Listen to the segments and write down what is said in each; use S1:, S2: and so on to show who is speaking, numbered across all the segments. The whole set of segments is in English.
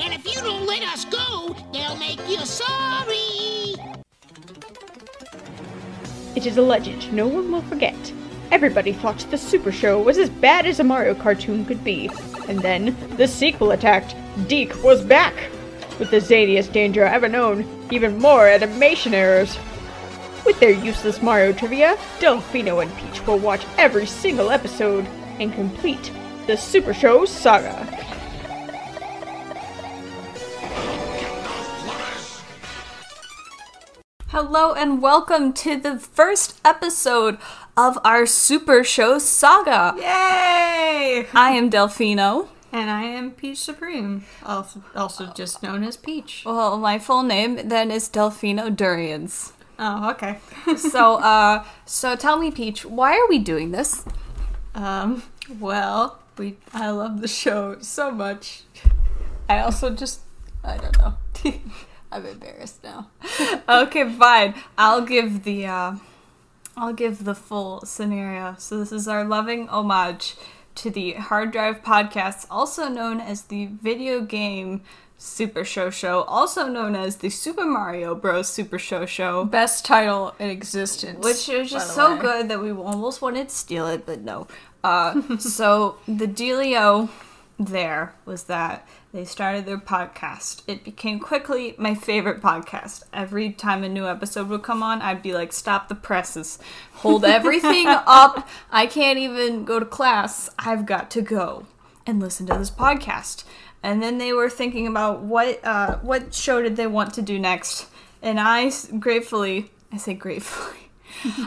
S1: And if you don't let us go, they'll make you sorry.
S2: It is a legend no one will forget. Everybody thought the Super Show was as bad as a Mario cartoon could be. And then the sequel attacked. Deke was back! With the zaniest danger ever known, even more animation errors. With their useless Mario trivia, Delfino and Peach will watch every single episode and complete the Super Show saga.
S3: Hello and welcome to the first episode of our Super Show Saga.
S4: Yay!
S3: I am Delfino.
S4: And I am Peach Supreme, also, also just known as Peach.
S3: Well, my full name then is Delfino Durians.
S4: Oh, okay.
S3: So, uh, so tell me, Peach, why are we doing this?
S4: um, well, we I love the show so much. I also just I don't know.
S3: I'm embarrassed now. okay, fine. I'll give the uh, I'll give the full scenario. So this is our loving homage to the Hard Drive podcast, also known as the video game Super Show Show, also known as the Super Mario Bros. Super Show Show,
S4: Best title in existence.
S3: which is
S4: by
S3: just
S4: the
S3: so
S4: way.
S3: good that we almost wanted to steal it, but no. Uh, so the dealio there was that they started their podcast. It became quickly my favorite podcast. Every time a new episode would come on, I'd be like, "Stop the presses, hold everything up. I can't even go to class. I've got to go and listen to this podcast." And then they were thinking about what uh, what show did they want to do next, and I s- gratefully, I say gratefully.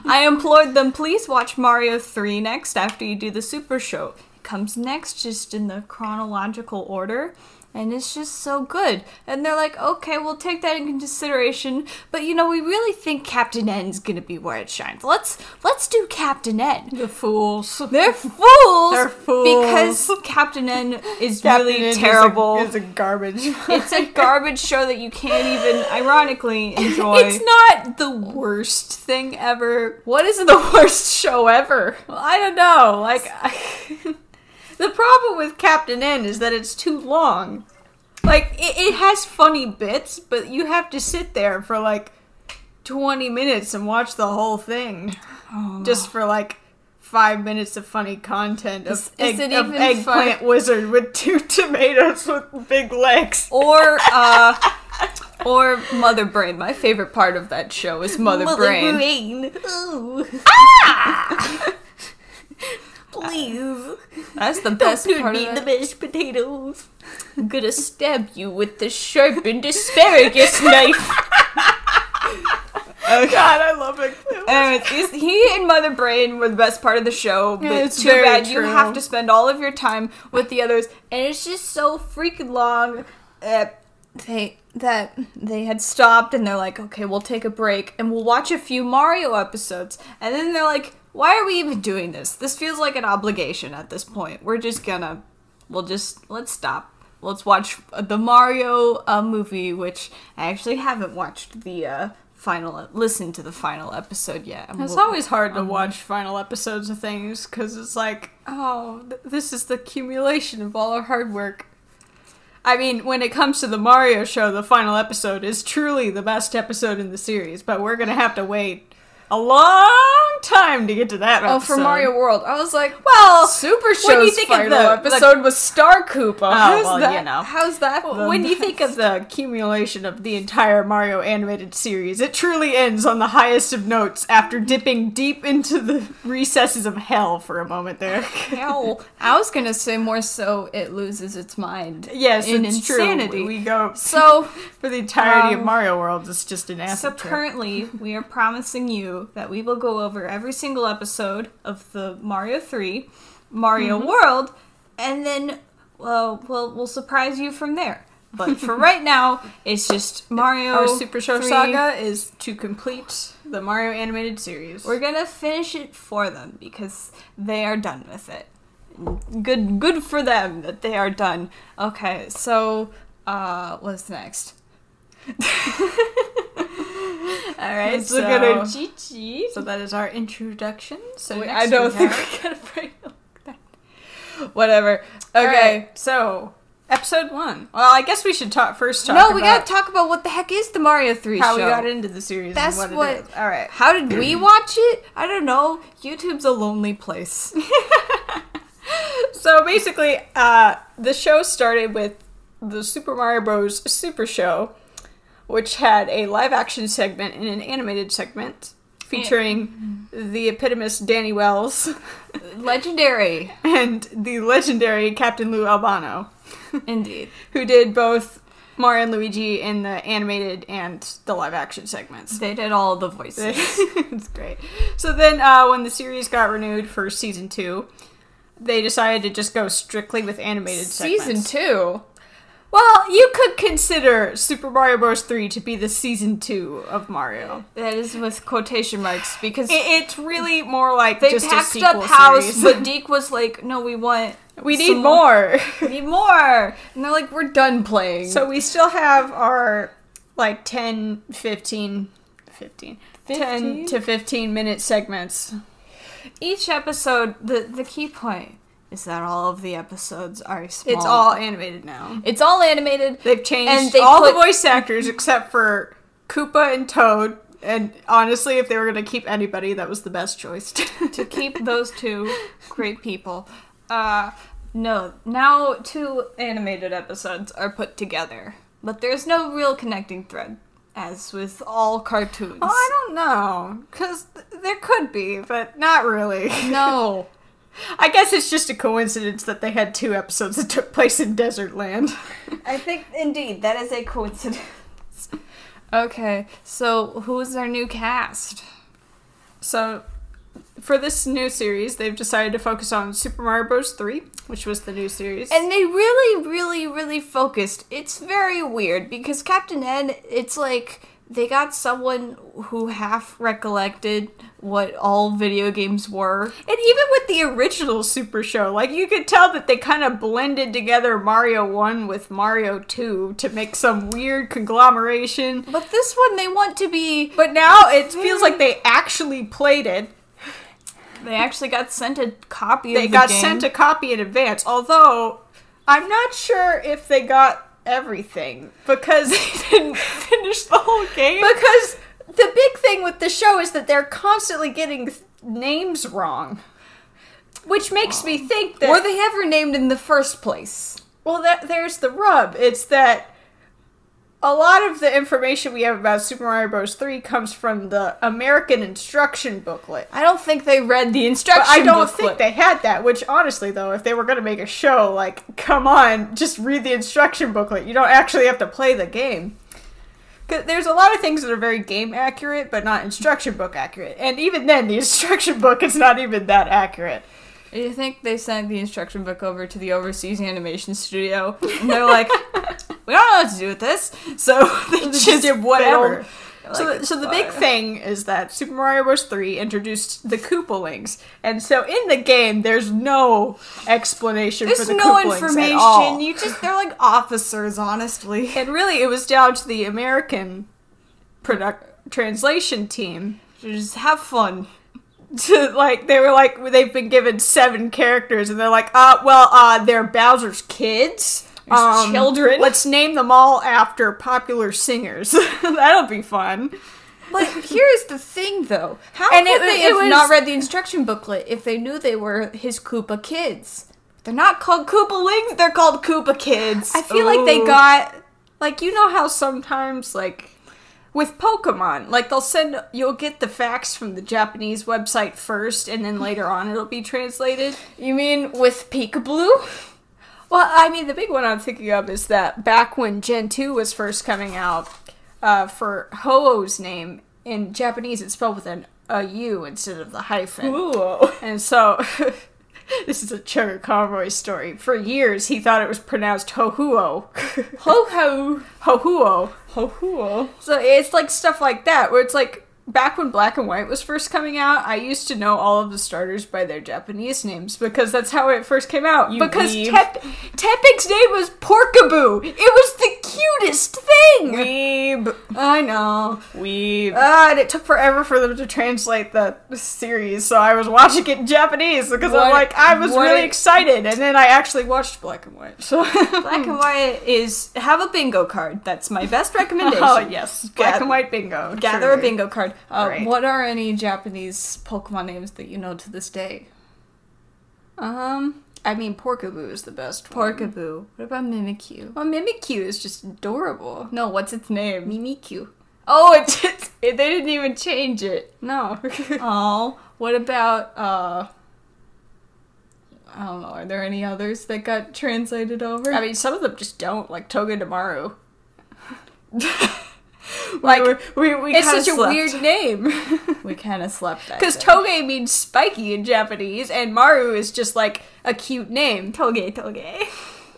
S3: I implored them, please watch Mario 3 next after you do the Super Show. It comes next just in the chronological order, and it's just so good. And they're like, okay, we'll take that in consideration, but you know, we really think Captain N's gonna be where it shines. Let's let's do Captain N.
S4: the fools.
S3: They're fools,
S4: They're fools.
S3: because Captain N is really
S4: It's
S3: terrible.
S4: It's a garbage.
S3: it's a garbage show that you can't even, ironically, enjoy.
S4: It's not the worst thing ever. What is the worst show ever?
S3: I don't know. Like,
S4: The problem with Captain N is that it's too long. Like, it, it has funny bits, but you have to sit there for like 20 minutes and watch the whole thing.
S3: Oh.
S4: Just for like five minutes of funny content of,
S3: Is- is
S4: egg-
S3: it
S4: of
S3: even
S4: eggplant wizard with two tomatoes with big legs.
S3: or uh or mother brain my favorite part of that show is mother, brain
S4: Brain. Ooh. Please,
S3: that's the best
S4: don't
S3: part of
S4: eat the
S3: it.
S4: mashed potatoes.
S3: i'm gonna stab you with the sharpened asparagus knife
S4: God, I love it.
S3: Anyways, he's- Um, he and mother brain were the best part of the show but
S4: Yeah, it's
S3: too
S4: very
S3: bad you
S4: true.
S3: have to spend all of your time with the others and it's just so freaking long Uh, that they that they had stopped and they're like okay we'll take a break and we'll watch a few mario episodes and then they're like why are we even doing this this feels like an obligation at this point we're just gonna we'll just let's stop let's watch the mario uh, movie which i actually haven't watched the uh, final listen to the final episode yet And
S4: It's
S3: we'll- um,
S4: always hard to watch final episodes of things because it's like, oh, th- this is the accumulation of all our hard work. I mean, when it comes to the Mario show, the final episode is truly the best episode in the series, but we're gonna have to wait a long time to get to that.
S3: Oh,
S4: episode.
S3: for Mario World, I was like,
S4: Well,
S3: Super
S4: when you
S3: Show's
S4: think of
S3: final
S4: the-
S3: episode was Star Koopa.
S4: Oh,
S3: how's
S4: well,
S3: that?
S4: you know.
S3: How's that?
S4: When you think of the accumulation of the entire Mario animated series, it truly ends on the highest of notes after dipping deep into the recesses of hell for a moment there.
S3: hell, I was gonna say more so it loses its mind.
S4: Yes,
S3: in
S4: it's
S3: insanity.
S4: true. We go
S3: So,
S4: for the entirety
S3: Um,
S4: of Mario World. It's just an acid
S3: so
S4: trip.
S3: currently we are promising you that we will go over every single episode of the Mario Three, Mario
S4: Mm-hmm.
S3: World, and then uh, we'll we'll surprise you from there. But for right now, it's just Mario
S4: Our Super Show
S3: 3.
S4: Saga is to complete the Mario animated series.
S3: We're gonna finish it for them because they are done with it. Good, good for them that they are done. Okay, so uh, what's next? All right,
S4: Let's
S3: so
S4: look at our
S3: Gigi.
S4: so that is our introduction. So
S3: Wait,
S4: next
S3: I don't
S4: we
S3: think
S4: have-
S3: we gotta break like that. Whatever. Okay,
S4: Alright, so Episode one. Well, I guess we should talk first. Talk
S3: No, we
S4: about
S3: gotta talk about what the heck is the Mario 3
S4: how
S3: show.
S4: we got into the series.
S3: That's
S4: and
S3: what.
S4: It is. All right.
S3: How did we watch it? I don't know. YouTube's a lonely place.
S4: So basically, uh, the show started with the Super Mario Bros. Super Show, which had a live action segment and an animated segment featuring the epitomous Danny Wells
S3: Legendary,
S4: and the legendary Captain Lou Albano,
S3: indeed.
S4: who did both Mario and Luigi in the animated and the live action segments.
S3: They did all the voices.
S4: it's great. So then, uh, when the series got renewed for season two, they decided to just go strictly with animated
S3: Season
S4: segments.
S3: two.
S4: Well, you could consider Super Mario Bros. 3 to be the season two of Mario.
S3: That is with quotation marks because
S4: I- it's really more like
S3: they
S4: just a
S3: packed
S4: sequel
S3: up house,
S4: series.
S3: but Deke was like, "No, we want.
S4: we need
S3: some
S4: more.
S3: We need more." And they're like, "We're done playing."
S4: so we still have our like 10, 15, 15, 10
S3: 15?
S4: to 15 minute segments.
S3: each episode, the the key point is that all of the episodes are small.
S4: It's all animated now.
S3: It's all animated.
S4: They've changed
S3: And they
S4: all the
S3: put-
S4: voice actors except for Koopa and Toad. And honestly, if they were going to keep anybody, that was the best choice.
S3: to keep those two great people. Uh, no, now two animated episodes are put together, but there's no real connecting thread, as with all cartoons.
S4: Well, I don't know, because there could be, but not really.
S3: no,
S4: I guess it's just a coincidence that they had two episodes that took place in desert land.
S3: I think indeed that is a coincidence. Okay, so who's our new cast?
S4: So, for this new series, they've decided to focus on Super Mario Bros. 3, which was the new series.
S3: And they really, really, really focused. It's very weird because Captain N, it's like they got someone who half recollected what all video games were.
S4: And even with the original Super Show, like you could tell that they kind of blended together Mario 1 with Mario 2 to make some weird conglomeration.
S3: But this one, they want to be.
S4: But now it feels like they actually played it.
S3: They actually got sent a copy
S4: They
S3: of the
S4: got
S3: game.
S4: sent a copy in advance, although I'm not sure if they got everything because they didn't
S3: finished the whole game.
S4: because the big thing with the show is that they're constantly getting th- names wrong. Which makes me think that
S3: Were they ever named in the first place?
S4: Well, that there's the rub. It's that a lot of the information we have about Super Mario Bros. Three comes from the American instruction booklet.
S3: I don't think they read the
S4: But
S3: instruction.
S4: I don't
S3: booklet.
S4: think they had that. Which, honestly, though, if they were going to make a show, like, come on, just read the instruction booklet. You don't actually have to play the game. 'Cause There's a lot of things that are very game accurate, but not instruction book accurate. And even then, the instruction book is not even that accurate.
S3: You think they sent the instruction book over to the overseas animation studio, and they're like, "We don't know what to do with this," so they just, did whatever.
S4: whatever. so, the, so the big thing is that Super Mario Bros. 3 introduced the Koopalings, and so in the game, there's no explanation
S3: There's
S4: for the
S3: no
S4: Koopalings at all.
S3: information. You just they're like officers, honestly.
S4: and really, it was down to the American product translation team
S3: Just have fun.
S4: to like they were like they've been given seven characters, and they're like, uh, well, uh, they're Bowser's kids. Um,
S3: children.
S4: Let's name them all after popular singers. That'll be fun.
S3: But here's the thing, though. How
S4: And
S3: could
S4: it-
S3: they
S4: it
S3: have
S4: was-
S3: not read the instruction booklet if they knew they were his Koopa kids? They're not called Oh. Koopalings. They're called Koopa kids.
S4: I feel like they
S3: Ooh.
S4: got like you know how sometimes like with Pokemon, like they'll send you'll get the facts from the Japanese website first and then later on it'll be translated.
S3: You mean with Peekaboo?
S4: Well, I mean the big one I'm thinking of is that back when Gen 2 was first coming out, uh, for Ho-Oh's name in Japanese it's spelled with an a U instead of the hyphen.
S3: Ooh.
S4: And so, this is a Trevor Conroy story. For years, he thought it was pronounced Hohuo.
S3: Ho ho.
S4: Hohuo.
S3: Ho ho.
S4: So it's like stuff like that, where it's like back when Black and White was first coming out, I used to know all of the starters by their Japanese names because that's how it first came out. because
S3: weeb.
S4: Tep- Tepig's name was Porkaboo. It was the
S3: cutest thing.
S4: Weeb. I know.
S5: Weeb.
S4: God, it took forever for them to translate the series, so I was watching it in Japanese because
S3: What-
S4: I'm like, I was
S3: what-
S4: really excited, and then I actually watched Black and White. So
S3: Black
S4: Hmm.
S3: and white is have a bingo card. That's my best recommendation.
S4: Oh yes, black
S3: Gath-
S4: and white bingo.
S3: Gather a
S4: truly.
S3: bingo card. Uh,
S4: Right.
S3: What are any Japanese Pokemon names that you know to this day?
S4: Um, I mean, Porkaboo is the best. one.
S3: Porkaboo. What about Mimikyu?
S4: Well, Mimikyu is just adorable.
S3: No, what's its name?
S4: Mimikyu.
S3: Oh, it's, it's it, they didn't even change it.
S4: No.
S3: Oh, what about uh? I don't know. Are there any others that got translated over?
S4: I mean, some of them just don't like Toga Damaru. like
S3: we we
S4: it's
S3: kinda
S4: such a
S3: slept.
S4: weird name
S3: We kind of slept that
S4: because
S3: day.
S4: Toge means spiky in Japanese, and Maru is just like a cute name.
S3: toge toge.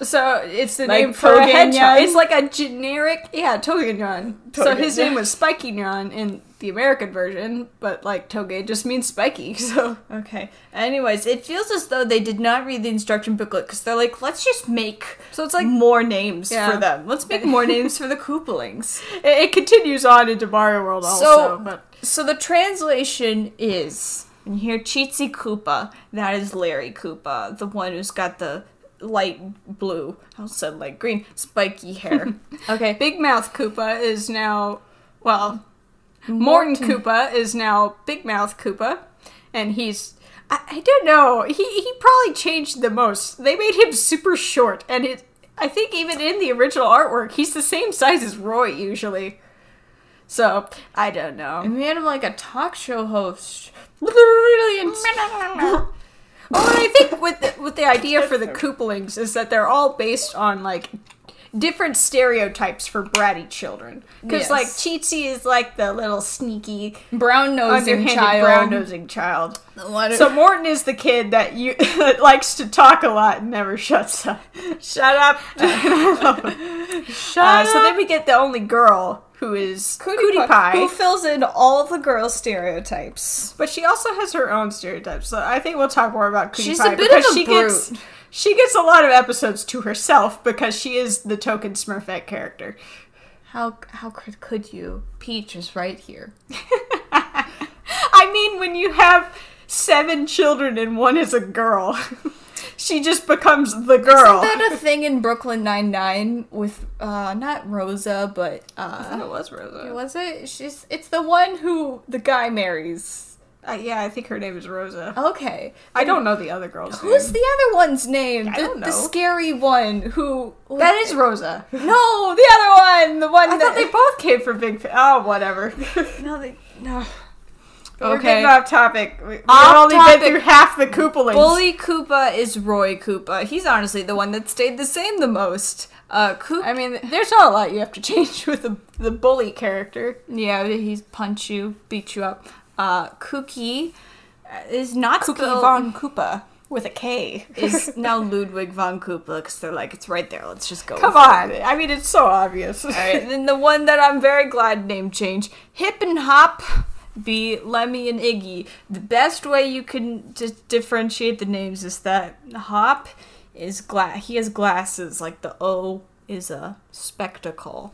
S4: So it's the
S3: Like
S4: name for a hedgehog.
S3: Togenyan?
S4: It's like a generic, yeah, Togenyan. So his
S3: Togenyan.
S4: name was Spikinyan in the American version, but like Toge just means spiky. So
S3: Okay. Anyways, it feels as though they did not read the instruction booklet because they're like, let's just make
S4: So it's like-
S3: more names
S4: Yeah.
S3: for them. Let's make more names for the Koopalings.
S4: it, it continues on into Mario World also.
S3: So-
S4: but
S3: So the translation is and here Cheatsy Koopa. That is Larry Koopa, uh, the one who's got the light blue, I said light green, spiky hair. okay.
S4: Big Mouth Koopa is now, well, Morton Koopa is now Big Mouth Koopa, and he's. I, I don't know. He he probably changed the most. They made him super short, and it. I think even in the original artwork, he's the same size as Roy usually. So I don't
S3: I
S4: know.
S3: made him like a talk show host.
S4: Brilliant. oh, and I think with the, with the idea for the Koopalings is that they're all based on like different stereotypes for bratty children. Because
S3: Yes.
S4: like Cheatsy is like the little sneaky,
S3: Brown nosing
S4: underhanded,
S3: child.
S4: brown nosing child.
S3: What-
S4: So Morton is the kid that you that likes to talk a lot and never shuts up. Shut up. Shut
S3: up.
S4: Uh, So then we get the only girl who is Cootie, Pie.
S3: Who fills in all the girl stereotypes.
S4: But she also has her own stereotypes. So I think we'll talk more about Cootie
S3: She's
S4: Pie
S3: a bit
S4: because
S3: of a
S4: she
S3: brute.
S4: gets she gets a lot of episodes to herself because she is the token Smurfette character.
S3: How how could, could you? Peach is right here.
S4: I mean, when you have seven children and one is a girl, she just becomes the girl.
S3: Isn't that a thing in Brooklyn Nine Nine with uh not Rosa but uh
S4: it was Rosa.
S3: was it? She's it's the one who the guy marries.
S4: Uh, yeah, I think her name is Rosa.
S3: Okay.
S4: I don't know the other girl's
S3: Oh, Who's
S4: name.
S3: the other one's name?
S4: I
S3: the,
S4: don't
S3: the
S4: know.
S3: scary one who
S4: That is Rosa.
S3: No, the other one, the one
S4: I thought they
S3: that
S4: both came from Big. Fa- oh, whatever.
S3: No, they no.
S4: We're
S3: Okay.
S4: getting off topic. We- We've
S3: Off
S4: only
S3: topic.
S4: been through half the Koopalings.
S3: Bully Koopa is Roy Koopa. He's honestly the one that stayed the same the most. Uh, Koop.
S4: I mean, there's not a lot you have to change with the the bully character.
S3: yeah, he's punch you, beat you up. Uh, Kookie is not
S4: Cookie
S3: spelled-
S4: Von Koopa with a K.
S3: is now Ludwig von Koopa because they're like, it's right there. Let's just go.
S4: Come
S3: with it."
S4: on. I mean, it's so obvious.
S3: All right, then the one that I'm very glad name change, Hip and Hop, be Lemmy and Iggy. The best way you can just differentiate the names is that Hop is glass. He has glasses. Like the O is a spectacle.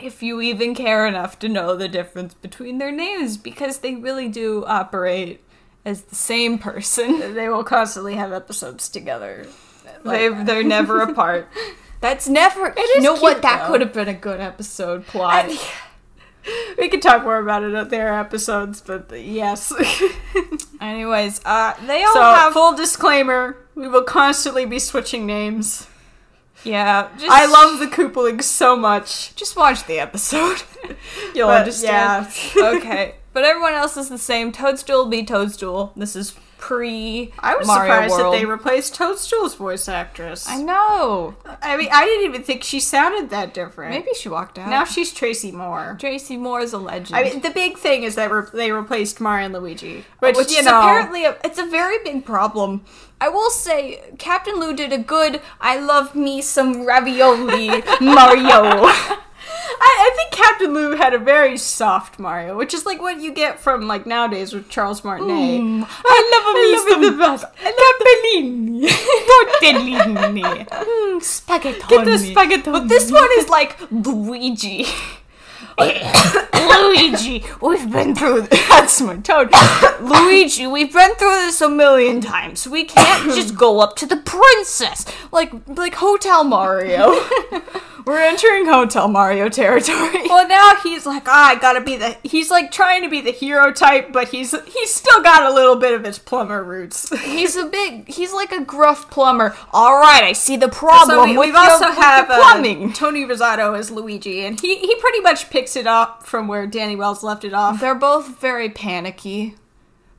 S3: If you even care enough to know the difference between their names, because they really do operate as the same person.
S4: They will constantly have episodes together. uh,
S3: They they're never apart. That's never. you
S4: is
S3: know what?
S4: cute,
S3: That
S4: though.
S3: could have been a good episode plot.
S4: We can talk more about it at their episodes, but yes.
S3: Anyways, uh, they all
S4: so,
S3: have.
S4: full disclaimer we will constantly be switching names.
S3: yeah, just,
S4: I love the Koopalings so much.
S3: Just watch the episode. You'll
S4: But,
S3: understand.
S4: yeah.
S3: okay, but everyone else is the same. Toadstool be Toadstool. This is pre.
S4: I was
S3: Mario
S4: surprised
S3: World.
S4: that they replaced Toadstool's voice actress.
S3: I know.
S4: I mean, I didn't even think she sounded that different.
S3: Maybe she walked out.
S4: Now she's Tracy Moore.
S3: Tracy Moore is a legend.
S4: I mean, the big thing is that re- they replaced Mario and Luigi, which,
S3: which
S4: you
S3: is
S4: know,
S3: apparently a, it's a very big problem. I will say Captain Lou did a good I love me some ravioli Mario.
S4: I, I think Captain Lou had a very soft Mario, which is like what you get from like nowadays with Charles Martinet. I
S3: I love me
S4: love it the best. I love
S3: tortellini. Mm, spaghetti.
S4: Get the spaghetti.
S3: But this one is like Luigi. Luigi, we've been through. That's my toad. Luigi, we've been through this a million times. We can't just go up to the princess like like Hotel Mario. We're entering Hotel Mario territory.
S4: Well, now he's like, ah, I gotta be the. He's like trying to be the hero type, but he's he's still got a little bit of his plumber roots.
S3: He's a big. He's like a gruff plumber. All right, I see the problem.
S4: so we,
S3: with
S4: we've
S3: your-
S4: also
S3: with your
S4: have uh,
S3: plumbing.
S4: Tony Rosato as Luigi, and he he pretty much picks it up from where Danny Wells left it off.
S3: They're both very panicky,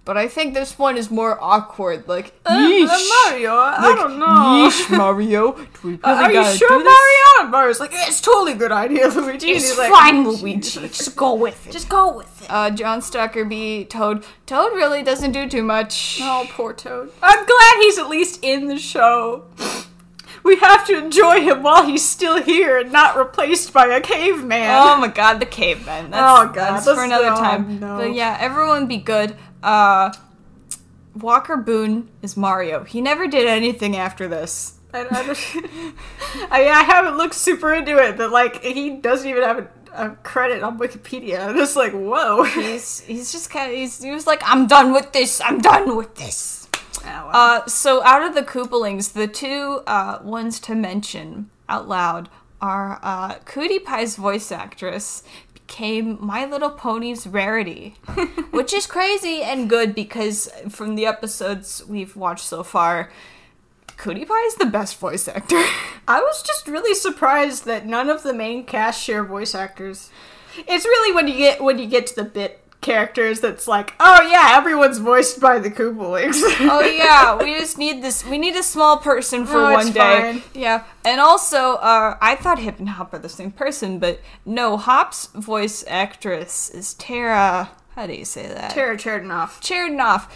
S3: but I think this one is more awkward. Like,
S4: Uh, uh, Mario, I don't know.
S3: Mario. Do we really
S4: Are you
S3: gotta
S4: sure,
S3: do this?
S4: Mario? And Mario's like, it's totally a good idea, Luigi. And
S3: It's
S4: he's like,
S3: fine, Luigi. Just go with it.
S4: Just go with it.
S3: Uh, John Stockerby, Toad. Toad really doesn't do too much.
S4: Oh, poor Toad. I'm glad he's at least in the show. We have to enjoy him while he's still here and not replaced by a caveman.
S3: Oh my god, the caveman. That's,
S4: Oh god,
S3: that's
S4: that's-
S3: for another
S4: oh,
S3: time.
S4: no.
S3: But yeah, everyone be good. Uh, Walker Boone is Mario. He never did anything after this.
S4: I, I, don't- I, I haven't looked super into it, but like he doesn't even have a, a credit on Wikipedia. I'm just like, whoa.
S3: He's he's just kind of he's, he was like, I'm done with this. I'm done with this. Uh, so out of the Koopalings, the two uh, ones to mention out loud are uh, Cootie Pie's voice actress became My Little Pony's rarity, which is crazy and good because from the episodes we've watched so far, Cootie Pie is the best voice actor.
S4: I was just really surprised that none of the main cast share voice actors. It's really when you get when you get to the bit characters that's like, oh yeah, everyone's voiced by the Koopalings.
S3: oh yeah, we just need this. We need a small person for
S4: No,
S3: one
S4: it's
S3: day.
S4: fine.
S3: Yeah, and also, uh, I thought Hip and Hop are the same person, but no. Hop's voice actress is Tara. How do you say that?
S4: Tara Chernoff.
S3: Chernoff,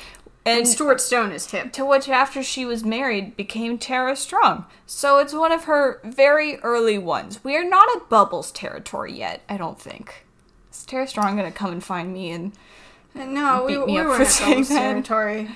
S3: and
S4: And Stuart Stone is hip.
S3: to which after she was married became Tara Strong. So it's one of her very early ones. We are not at Bubbles territory yet, I don't think. Is Tara Strong gonna come and find me? And Uh,
S4: No, we,
S3: Beat me
S4: we
S3: up
S4: were
S3: for
S4: in
S3: saying
S4: adult
S3: that.
S4: territory.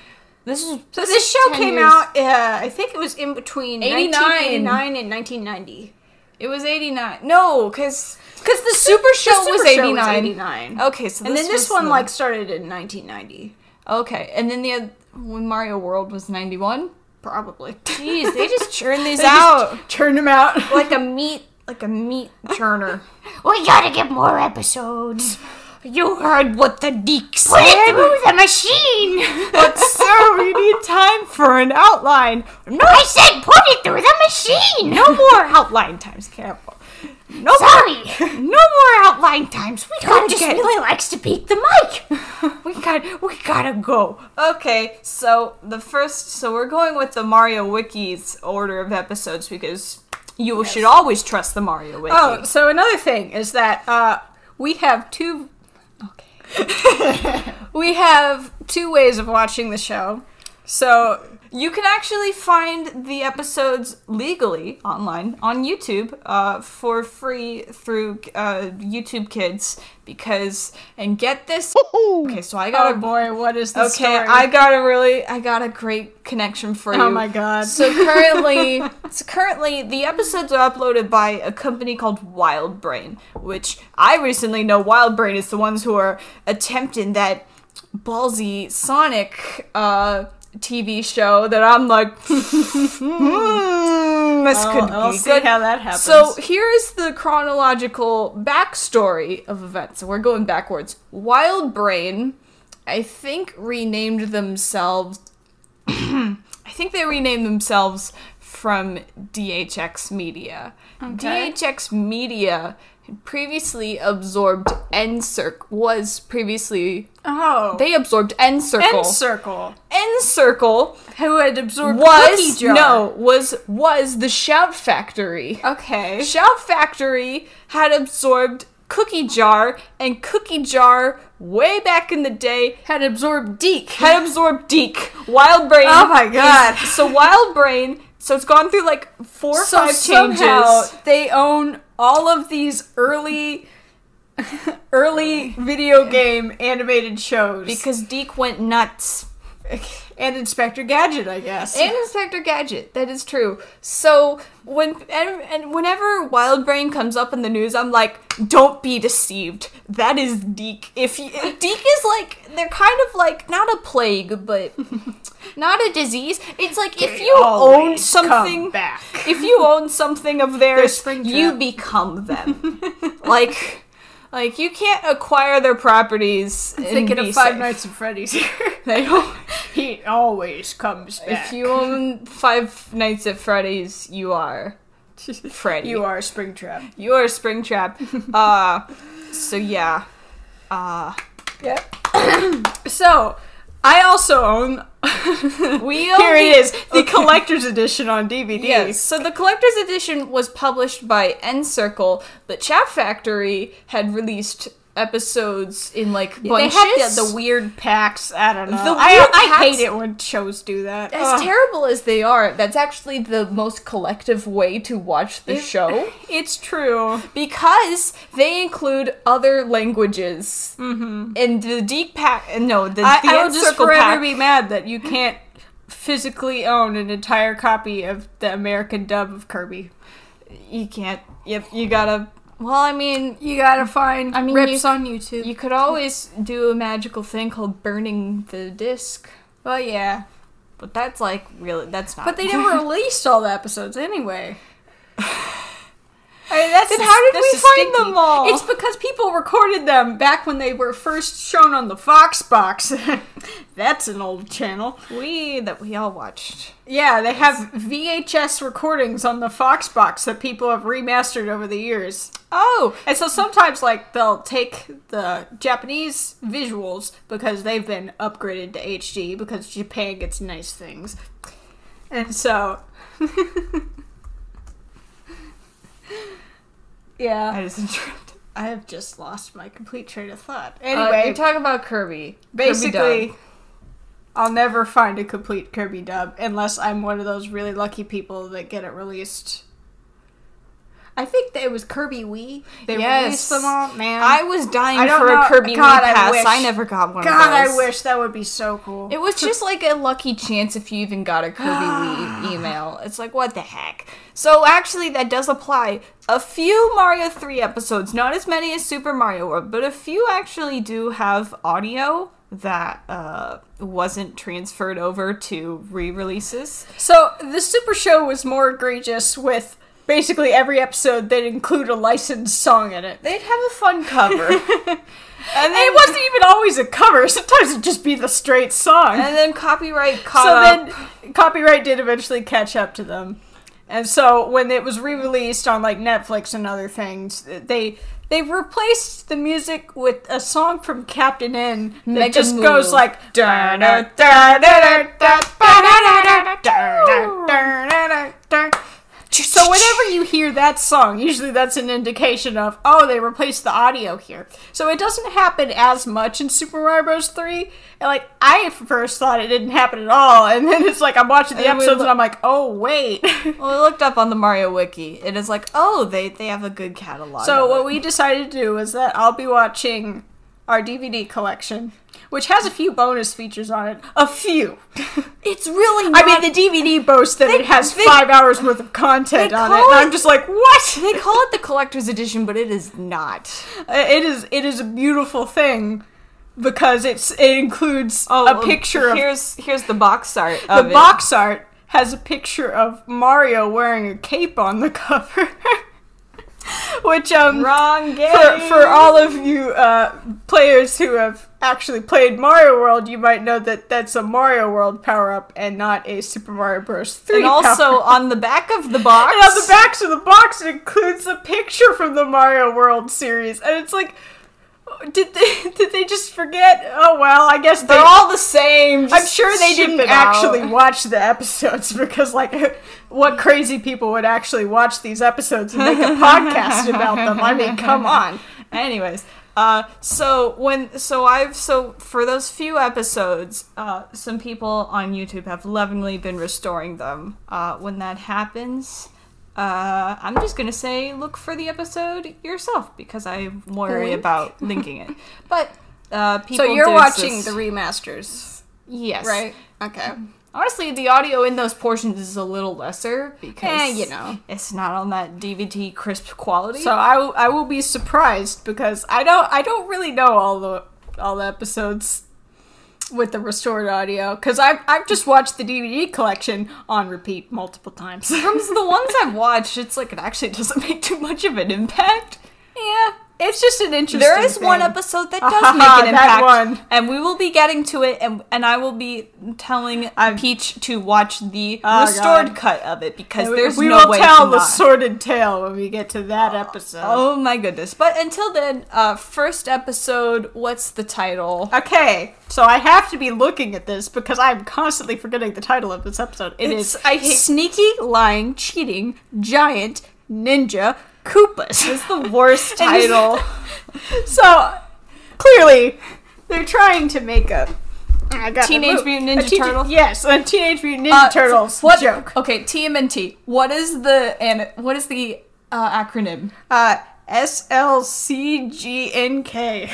S3: this is
S4: So this show
S3: 10
S4: came
S3: years-
S4: out, uh, I think it was in between
S3: 89.
S4: 1989 and 1990.
S3: It was eighty nine. No, because
S4: Because the
S3: Super Show
S4: Super
S3: was
S4: Show
S3: 89.
S4: 89.
S3: Okay, so
S4: and
S3: this
S4: then this
S3: was
S4: one
S3: the-
S4: like started in 1990,
S3: Okay, and then the oth- when Mario World was ninety one.
S4: probably.
S3: Jeez, they just churn these
S4: They just
S3: out
S4: Turned them out.
S3: like a meat, like a meat churner.
S6: We gotta get more episodes.
S3: you heard what the deek
S6: Put
S3: said.
S6: it through the machine.
S3: But sir, we need time for an outline. No,
S6: I said put it through the machine.
S3: no more outline times, careful. No,
S6: Sorry.
S3: no more outline times. We
S6: Tom
S3: gotta
S6: just
S3: get.
S6: really likes to beat the mic.
S3: we got we gotta go. Okay, so the first so we're going with the Mario Wiki's order of episodes because you should always trust the Mario Wiki.
S4: Oh, so another thing is that uh, we have two. Okay. we have two ways of watching the show. So
S3: You can actually find the episodes legally online on YouTube uh, for free through uh, YouTube Kids because and get this. Okay, so I got
S4: Oh
S3: a
S4: boy, what is
S3: okay.
S4: this? story?
S3: I got a really I got a great connection for you.
S4: Oh my god.
S3: So currently, so currently the episodes are uploaded by a company called Wild Brain, which I recently know Wild Brain is the ones who are attempting that ballsy Sonic uh, TV show that I'm like, hmm, this
S4: I'll-
S3: could
S4: I'll
S3: be
S4: see
S3: good.
S4: how that happens.
S3: So here is the chronological backstory of events. So we're going backwards. Wild Brain, I think, renamed themselves. I think they renamed themselves from DHX Media. DHX Media had previously absorbed N Circle was previously
S4: oh,
S3: they absorbed N Circle.
S4: end circle.
S3: N Circle
S4: Who had absorbed
S3: was
S4: cookie jar?
S3: no was was the Shout Factory.
S4: Okay.
S3: Shout Factory had absorbed Cookie Jar, and Cookie Jar, way back in the day,
S4: Had absorbed Deke.
S3: had absorbed Deke. Wild Brain.
S4: Oh my God.
S3: is- so Wild Brain. So it's gone through like four or
S4: so
S3: five
S4: somehow
S3: changes.
S4: they own all of these early, early video game animated shows.
S3: Because Deke went nuts.
S4: and Inspector Gadget, I guess.
S3: and Inspector Gadget. That is true. So when and, and whenever Wildbrain comes up in the news, I'm like, don't be deceived. That is Deke. If you, Deke is like, they're kind of like not a plague, but not a disease. It's like if you own
S4: always come
S3: something,
S4: back.
S3: if you own something of theirs,
S4: Springtrap.
S3: you become them. like. Like you can't acquire their properties. and
S4: Thinking
S3: be
S4: of Five
S3: safe.
S4: Nights at Freddy's
S3: They don't.
S4: he always comes back.
S3: If you own Five Nights at Freddy's, you are Freddy.
S4: you are Springtrap.
S3: You are Springtrap. uh, so yeah. Uh,
S4: Yep. so, I also own.
S3: we
S4: Here
S3: only-
S4: it is, the collector's edition on DVD.
S3: Yes. So the collector's edition was published by N Circle, but Chat Factory had released episodes in like
S4: They
S3: bunches.
S4: had the, the weird packs. I don't know.
S3: The
S4: I,
S3: weird
S4: I
S3: packs-
S4: hate it when shows do that.
S3: as
S4: Ugh.
S3: terrible as they are, that's actually the most collective way to watch the show.
S4: It's true.
S3: because they include other languages. Mm-hmm. And the deep pack, no, the,
S4: I,
S3: the
S4: I will
S3: End
S4: just
S3: circle
S4: forever
S3: pack.
S4: be mad that you can't physically own an entire copy of the American dub of Kirby.
S3: you can't. Yep, you gotta. Well, I mean,
S4: You gotta find
S3: I mean,
S4: rips
S3: you-
S4: on YouTube.
S3: you could always do a magical thing called burning the disc,
S4: well, yeah,
S3: but that's like really that's not.
S4: but they never released all the episodes anyway. I mean, that's
S3: Then how did
S4: that's
S3: we
S4: just
S3: find them all?
S4: It's because people recorded them back when they were first shown on the Fox box. that's an old channel.
S3: we that we all watched.
S4: Yeah, they have VHS recordings on the Fox box that people have remastered over the years.
S3: Oh,
S4: And so sometimes, like, they'll take the Japanese visuals because they've been upgraded to HD because Japan gets nice things. And so. yeah.
S3: I just interrupted.
S4: I have just lost my complete train of thought.
S3: Anyway,
S4: Anyway,
S3: Uh, you're talking about Kirby. Kirby
S4: basically.
S3: dub.
S4: I'll never find a complete Kirby dub unless I'm one of those really lucky people that get it released. I think that it was Kirby Wii. They
S3: Yes.
S4: released them all. Man,
S3: I was dying
S4: I don't
S3: for
S4: know-
S3: a Kirby
S4: God, I
S3: Wii pass.
S4: wish.
S3: I, never got one.
S4: God,
S3: of those.
S4: I wish that would be so cool.
S3: It was just like a lucky chance if you even got a Kirby Wii email. It's like, what the heck? So, actually, that does apply. A few Mario 3 episodes, not as many as Super Mario World, but a few actually do have audio that uh, wasn't transferred over to re releases.
S4: so the Super Show was more egregious with basically every episode they'd include a licensed song in it. And
S3: They'd have a fun cover. and then,
S4: it wasn't even always a cover. Sometimes it'd just be the straight song.
S3: and then copyright caught
S4: so
S3: up.
S4: then copyright did eventually catch up to them. And so when it was re-released on like Netflix and other things, they they replaced the music with a song from Captain N that
S3: Mega
S4: just
S3: Moo.
S4: goes like So whenever you hear that song, usually that's an indication of oh they replaced the audio here. So it doesn't happen as much in Super Mario Bros. Three. And like I at first thought it didn't happen at all, and then it's like I'm watching the
S3: And we
S4: episodes
S3: look-
S4: and I'm like oh wait.
S3: well, I looked up on the Mario Wiki, and it's like, oh, they, they have a good catalog.
S4: So
S3: of it.
S4: what we decided to do was that I'll be watching our DVD collection, which has a few bonus features on it. A few.
S3: uh, It's really.
S4: I
S3: Not,
S4: mean, the DVD boasts that it has
S3: they-
S4: five hours worth of content
S3: they
S4: on it,
S3: call
S4: and I'm
S3: it-
S4: just like, what?
S3: they call it the collector's edition, but it is not.
S4: Uh, it is it is a beautiful thing because it's it includes a picture of
S3: Oh, here's here's the box art.
S4: the box art has a picture of Mario wearing a cape on the cover, which um
S3: Wrong game.
S4: for, for all of you uh, players who have actually played Mario World, you might know that that's a Mario World power up and not a Super Mario Bros. 3
S3: and also
S4: power-up.
S3: on the back of the box.
S4: And on the backs of the box, it includes a picture from the Mario World series, and it's like, did they did they just forget? Oh well, I guess
S3: they're
S4: they-
S3: all the same.
S4: I'm
S3: just
S4: sure they
S3: ship
S4: didn't
S3: it out.
S4: actually watch the episodes because, like, what crazy people would actually watch these episodes and make a podcast about them? I mean, come on.
S3: Anyways, uh, so when so I've so for those few episodes, uh, some people on YouTube have lovingly been restoring them. Uh, when that happens. Uh, I'm just gonna say, look for the episode yourself because I worry
S4: Wink.
S3: about linking it. But uh, people
S4: So you're
S3: did
S4: watching
S3: sus-
S4: the remasters.
S3: Yes.
S4: right? Okay.
S3: Honestly, the audio in those portions is a little lesser because
S4: Eh, you know.
S3: it's not on that DVD crisp quality.
S4: So I, w- I will be surprised because I don't I don't really know all the all the episodes with the restored audio because I've I've just watched the DVD collection on repeat multiple times.
S3: From the ones I've watched, it's like it actually doesn't make too much of an impact.
S4: yeah, it's just an interesting.
S3: There is one
S4: thing.
S3: episode that does
S4: Ah,
S3: make an
S4: that
S3: impact,
S4: one.
S3: and we will be getting to it, and and I will be telling Peach to watch the
S4: Oh,
S3: restored
S4: God.
S3: cut of it because
S4: We-
S3: there's
S4: we
S3: no
S4: will
S3: way
S4: tell
S3: to
S4: the
S3: not.
S4: sordid tale when we get to that episode.
S3: Oh my goodness! But until then, uh, first episode. What's the title?
S4: Okay, so I have to be looking at this because I'm constantly forgetting the title of this episode.
S3: It's-
S4: it's,
S3: I hate-
S4: sneaky, lying, cheating, giant ninja Koopas.
S3: It's the worst
S4: And it's-
S3: title.
S4: so clearly, they're trying to make a I got
S3: Teenage
S4: a mo-
S3: Mutant Ninja
S4: a teen-
S3: Turtle?
S4: Yes, a Teenage Mutant Ninja
S3: Uh,
S4: Turtles
S3: what,
S4: joke.
S3: Okay, TMNT. What is the and what is the uh, acronym?
S4: Uh, S L C G N K.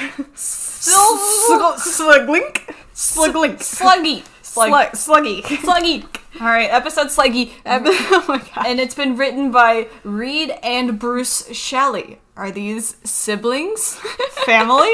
S3: Sil-
S4: Sluglink. Sluglink.
S3: Sluggy.
S4: Slug. Sluggy.
S3: Sluggy. All right, episode Sluggy. Ep-
S4: Oh my god.
S3: and it's been written by Reed and Bruce Shelley. Are these siblings? Family?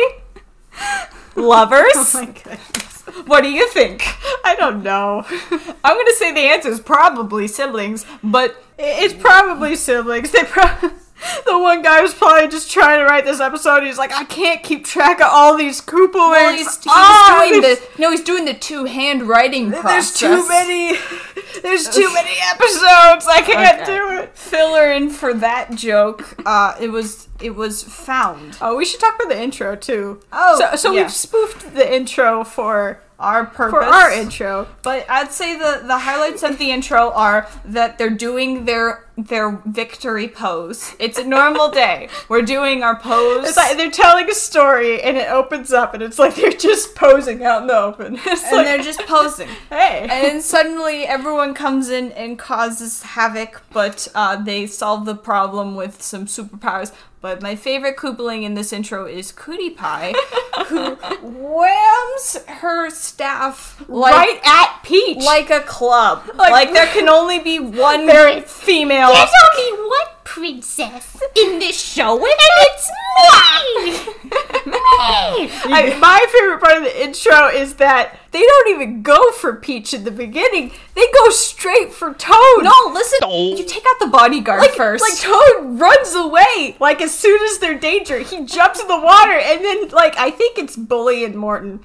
S3: Lovers?
S4: Oh my goodness.
S3: what do you think?
S4: I don't know.
S3: I'm gonna say the answer is probably siblings, but
S4: It's probably siblings. They pro- the one guy was probably just trying to write this episode. He's like, I can't keep track of all these Koopa
S3: well,
S4: wings.
S3: he's, he's
S4: Ah,
S3: doing
S4: there's-
S3: the no, he's doing the two hand writing process.
S4: There's too many. There's too many episodes. I can't
S3: Okay.
S4: do it.
S3: filler in for that joke. Uh, it was it was found.
S4: Oh, we should talk about the intro too.
S3: Oh,
S4: so, so
S3: yeah.
S4: we've spoofed the intro for
S3: Our purpose
S4: for our intro.
S3: But I'd say the the highlights of the intro are that they're doing their their victory pose. It's a normal day. We're doing our pose.
S4: It's like they're telling a story and it opens up and it's like they're just posing out in the open. It's
S3: and
S4: like,
S3: they're just posing.
S4: hey.
S3: And then suddenly everyone comes in and causes havoc, but uh, they solve the problem with some superpowers. But my favorite Koopling in this intro is Cootie Pie, who whams her staff like
S4: right at Peach.
S3: like a club. Like,
S4: Like-
S3: there can only be one
S4: very female.
S1: There's only one princess in this show, and it's me! me!
S4: I, my favorite part of the intro is that they don't even go for Peach in the beginning. They go straight for Toad.
S3: No, listen. You take out the bodyguard
S4: like,
S3: first.
S4: Like Toad runs away. Like as soon as they're in danger, he jumps in the water, and then like I think it's Bully and Morton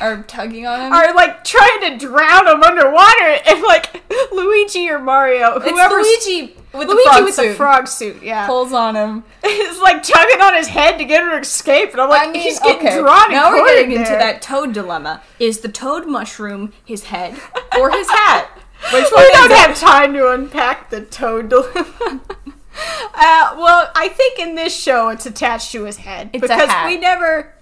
S3: or tugging on him.
S4: are like trying to drown him underwater, and like Luigi or Mario, whoever
S3: it's Luigi with
S4: Luigi
S3: the frog
S4: with
S3: suit.
S4: the frog suit, yeah,
S3: Pulls on him.
S4: is like tugging on his head to get her to escape, and I'm like,
S3: I mean,
S4: he's getting
S3: okay,
S4: drawn. and
S3: Now we're
S4: quartered
S3: getting into
S4: there.
S3: that toad dilemma: is the toad mushroom his head or his hat? Which
S4: we
S3: one is
S4: don't
S3: it?
S4: have time to unpack the toad dilemma. uh, well, I think in this show it's attached to his head
S3: It's a
S4: because
S3: hat.
S4: we never.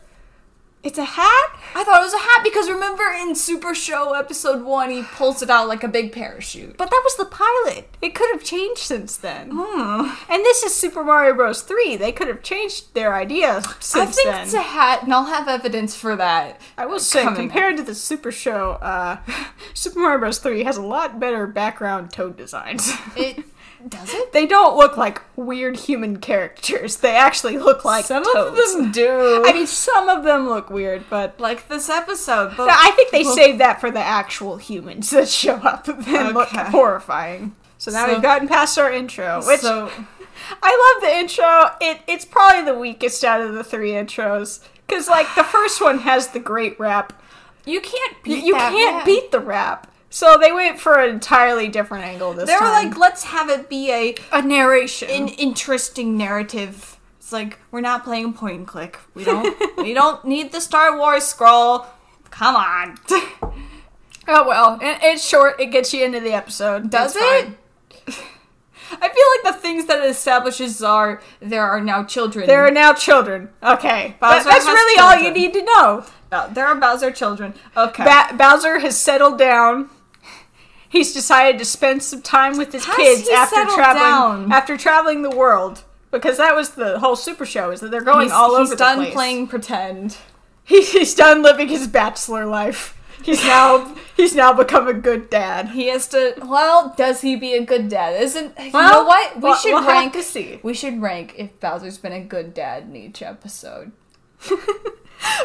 S4: It's a hat.
S3: I thought it was a hat because remember in Super Show episode one, he pulls it out like a big parachute.
S4: But that was the pilot. It could have changed since then.
S3: Oh.
S4: And this is Super Mario Bros. 3. They could have changed their idea
S3: I
S4: since
S3: think
S4: then.
S3: it's a hat, and I'll have evidence for that.
S4: I will say,
S3: coming.
S4: compared to the Super Show, uh, Super Mario Bros. 3 has a lot better background toad designs.
S3: It does it.
S4: they don't look like weird human characters. They actually look like
S3: Some
S4: toads.
S3: of them do.
S4: I mean, some of them look weird, but
S3: like this episode, but
S4: No, I think they
S3: Well-
S4: saved that for the actual humans that show up and look
S3: Okay.
S4: horrifying. So now
S3: So-
S4: we've gotten past our intro, which
S3: so
S4: I love the intro. It it's probably the weakest out of the three intros because like the first one has the great rap.
S3: you can't
S4: You,
S3: beat
S4: you
S3: that
S4: can't
S3: rap.
S4: beat the rap, so they went for an entirely different angle this
S3: They were
S4: time.
S3: like, let's have it be a
S4: a narration.
S3: an interesting narrative. It's like we're not playing point and click. We don't we don't need the Star Wars scroll. Come on,
S4: oh well, it, it's short. It gets you into the episode.
S3: does
S4: It's
S3: it?
S4: fine.
S3: I feel like the things that it establishes are there are now children.
S4: There are now children. Okay, That-
S3: Bowser
S4: that's
S3: has
S4: really all you
S3: children.
S4: need to know.
S3: there are Bowser children. Okay,
S4: Ba- Bowser has settled down. He's decided to spend some time with his
S3: How's
S4: kids
S3: he
S4: after
S3: settled
S4: traveling
S3: down?
S4: after traveling the world because that was the whole super show is that they're going
S3: he's,
S4: all
S3: he's
S4: over
S3: done
S4: the place.
S3: playing pretend.
S4: He- he's done living his bachelor life. He's now he's now become a good dad.
S3: He has to. Well, does he be a good dad? Isn't you know
S4: Well,
S3: what? We
S4: we'll-
S3: should
S4: we'll have
S3: rank.
S4: to see.
S3: We should rank if Bowser's been a good dad in each episode.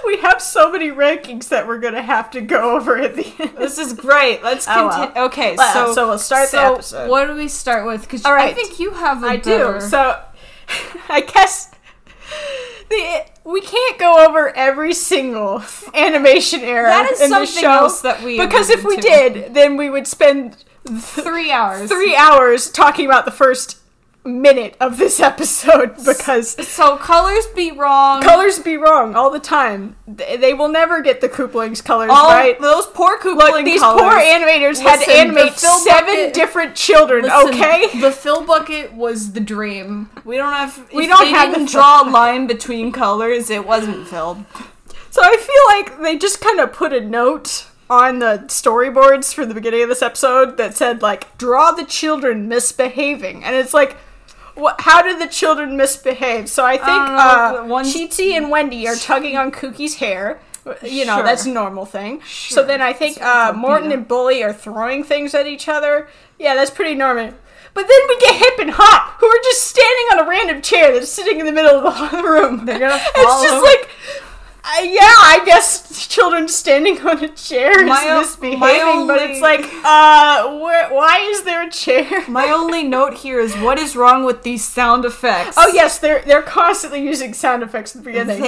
S4: We have so many rankings that we're gonna have to go over at the end.
S7: This is great. Let's
S4: Oh,
S7: continue.
S4: well.
S7: Okay,
S4: Well,
S7: so
S4: so we'll start the
S7: so
S4: episode.
S7: What do we start with? Because I
S4: right.
S7: think you have a
S4: I
S7: better-
S4: do. So I guess the we can't go over every single animation era
S7: That is
S4: in the
S7: something
S4: show
S7: else that we
S4: because if we
S7: alluded to.
S4: did, then we would spend
S7: three hours.
S4: three hours talking about the first minute of this episode because
S7: So colors be wrong.
S4: colors be wrong all the time. They, they will never get the Koopalings colors
S7: All
S4: right.
S7: those poor Koopling
S4: Look, these
S7: colors.
S4: poor animators had to
S3: Listen,
S4: animate
S3: the Phil
S4: seven
S3: Bucket-
S4: different children.
S3: Listen,
S4: okay,
S3: The fill bucket was the dream.
S7: we don't have.
S4: We
S7: if
S4: don't
S7: they
S4: have
S7: didn't
S4: the-
S7: draw a line between colors. It wasn't filled.
S4: so I feel like they just kind of put a note on the storyboards for the beginning of this episode that said like draw the children misbehaving, and it's like. What, how did the children misbehave? So I think
S7: I don't know,
S4: uh,
S7: one's-
S4: Chi-Chi and Wendy are tugging on Cookie's hair. You know,
S7: Sure.
S4: that's a normal thing. So then I think uh, Morton and Bully are throwing things at each other. Yeah, that's pretty normal. But then we get Hip and Hop, who are just standing on a random chair that's sitting in the middle of the room. They're
S7: gonna
S4: It's
S7: fall
S4: just
S7: over.
S4: like, I Uh, yeah, I guess children standing on a chair is
S7: My o-
S4: misbehaving,
S7: my
S4: but
S7: only-
S4: it's like, uh, where, why is there a chair?
S7: My only note here is what is wrong with these sound effects?
S4: Oh yes, they're they're constantly using sound effects at the beginning.
S7: they.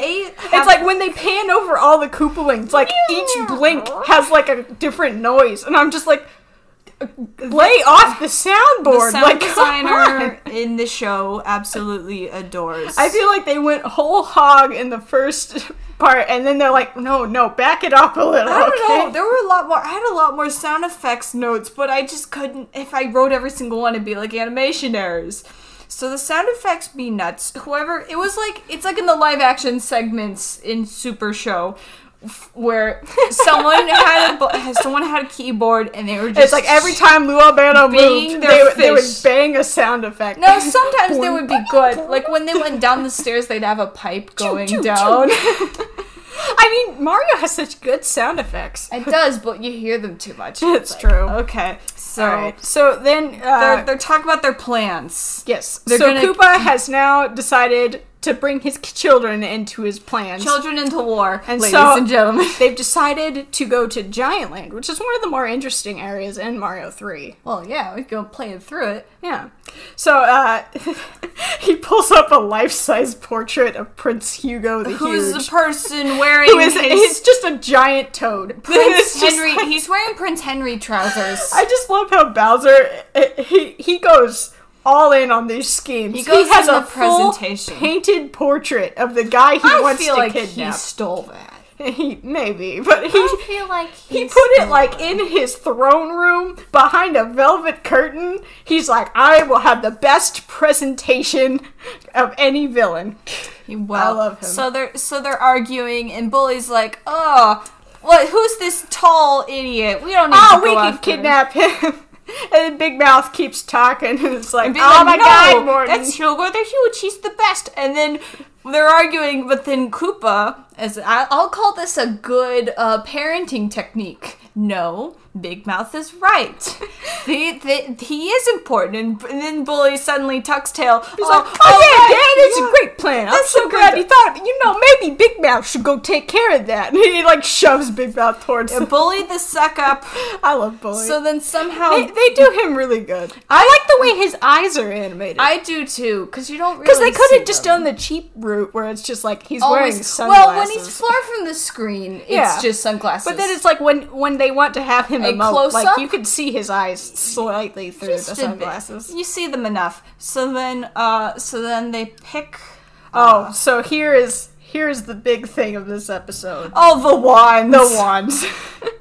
S4: It's like when they pan over all the Koopalings, like each blink has like a different noise, and I'm just like, lay off the
S7: the
S4: soundboard.
S7: sound
S4: like, come on.
S7: designer in the show absolutely adores.
S4: I feel like they went whole hog in the first part, and then they're like, no, no, back it up a little.
S7: I don't
S4: okay?
S7: know. There were a lot more. I had a lot more sound effects notes, but I just couldn't. If I wrote every single one, it'd be like animation errors. So the sound effects be nuts. Whoever it was, like it's like in the live action segments in Super Show, f- where someone had a bu- someone had a keyboard and they were just
S4: It's like every time Lou Albano
S7: Banging
S4: moved,
S7: their
S4: they, would- they would
S7: fish.
S4: bang a sound effect.
S3: No, sometimes they would be good. Like when they went down the stairs, they'd have a pipe going
S4: choo,
S3: down.
S4: I mean, Mario has such good sound effects.
S3: It does, but you hear them too much.
S4: It's true.
S7: okay. So
S4: All right. So then, uh,
S7: they're they're talking about their plans.
S4: Yes.
S7: They're
S4: so
S7: gonna-
S4: Koopa has now decided to bring his k- children into his plans.
S7: Children into war,
S4: And
S7: ladies
S4: so-
S7: and gentlemen.
S4: They've decided to go to Giant Land, which is one of the more interesting areas in Mario 3.
S3: Well, yeah, we go playing through it.
S4: Yeah. So, uh, he pulls up a life size portrait of Prince Hugo the
S7: Who's
S4: Huge.
S7: the person wearing
S4: who is
S7: his
S4: he's just a giant toad. It's
S3: Prince
S4: just
S3: Henry. He's wearing Prince Henry trousers.
S4: I just love how Bowser eh, he he goes all in on these schemes. He,
S3: goes
S4: has
S3: in
S4: a
S3: the
S4: full
S7: presentation.
S4: painted portrait of the guy he
S3: I
S4: wants
S3: feel
S4: to
S3: like he
S4: kidnap.
S3: stole that.
S4: He maybe, but he
S3: I feel like
S4: he put it like in his throne room behind a velvet curtain. He's like, I will have the best presentation of any villain.
S7: Well,
S4: love him.
S7: So they're so they're arguing, and Bully's like, "Oh, what? Who's this tall idiot? We don't need
S4: Oh,
S7: to go
S4: we can
S7: after him."
S4: kidnap him. And then Big Mouth keeps talking, and it's like,
S7: Be
S4: oh
S7: like,
S4: my
S7: "No,
S4: god, Morton.
S7: That's Hugo. They're huge. He's the best. And then they're arguing, but then Koopa is. I,
S3: I'll call this a good uh, parenting technique.
S7: no, Big Mouth is right. the, the, he is important. And, and then Bully suddenly tucks tail.
S4: He's like, oh, yeah, Dad, that's a great plan. I'm
S7: That's
S4: so
S7: a
S4: glad
S7: great-
S4: you thought of it. You know, maybe Big Mouth should go take care of that. And he, like, shoves Big Mouth towards him.
S7: Bully the suck up.
S4: I love Bully.
S3: So then somehow
S4: they, they do him really good. Um, I like the way his eyes are animated.
S3: I do too, because you don't really.
S4: Because they could
S3: see
S4: have just
S3: them.
S4: done the cheap route where it's just like he's wearing
S3: Always,
S4: sunglasses.
S3: well, when he's far from the screen, it's
S4: Yeah.
S3: just sunglasses.
S4: but then it's like when when they want to have him
S3: A
S4: emote,
S3: close-up?
S4: like you could see his eyes slightly through the
S3: Just a bit.
S4: sunglasses.
S7: You see them enough. So then, uh, so then they pick.
S4: Oh, so here is here is the big thing of this episode.
S7: Oh, the wands.
S4: The wands.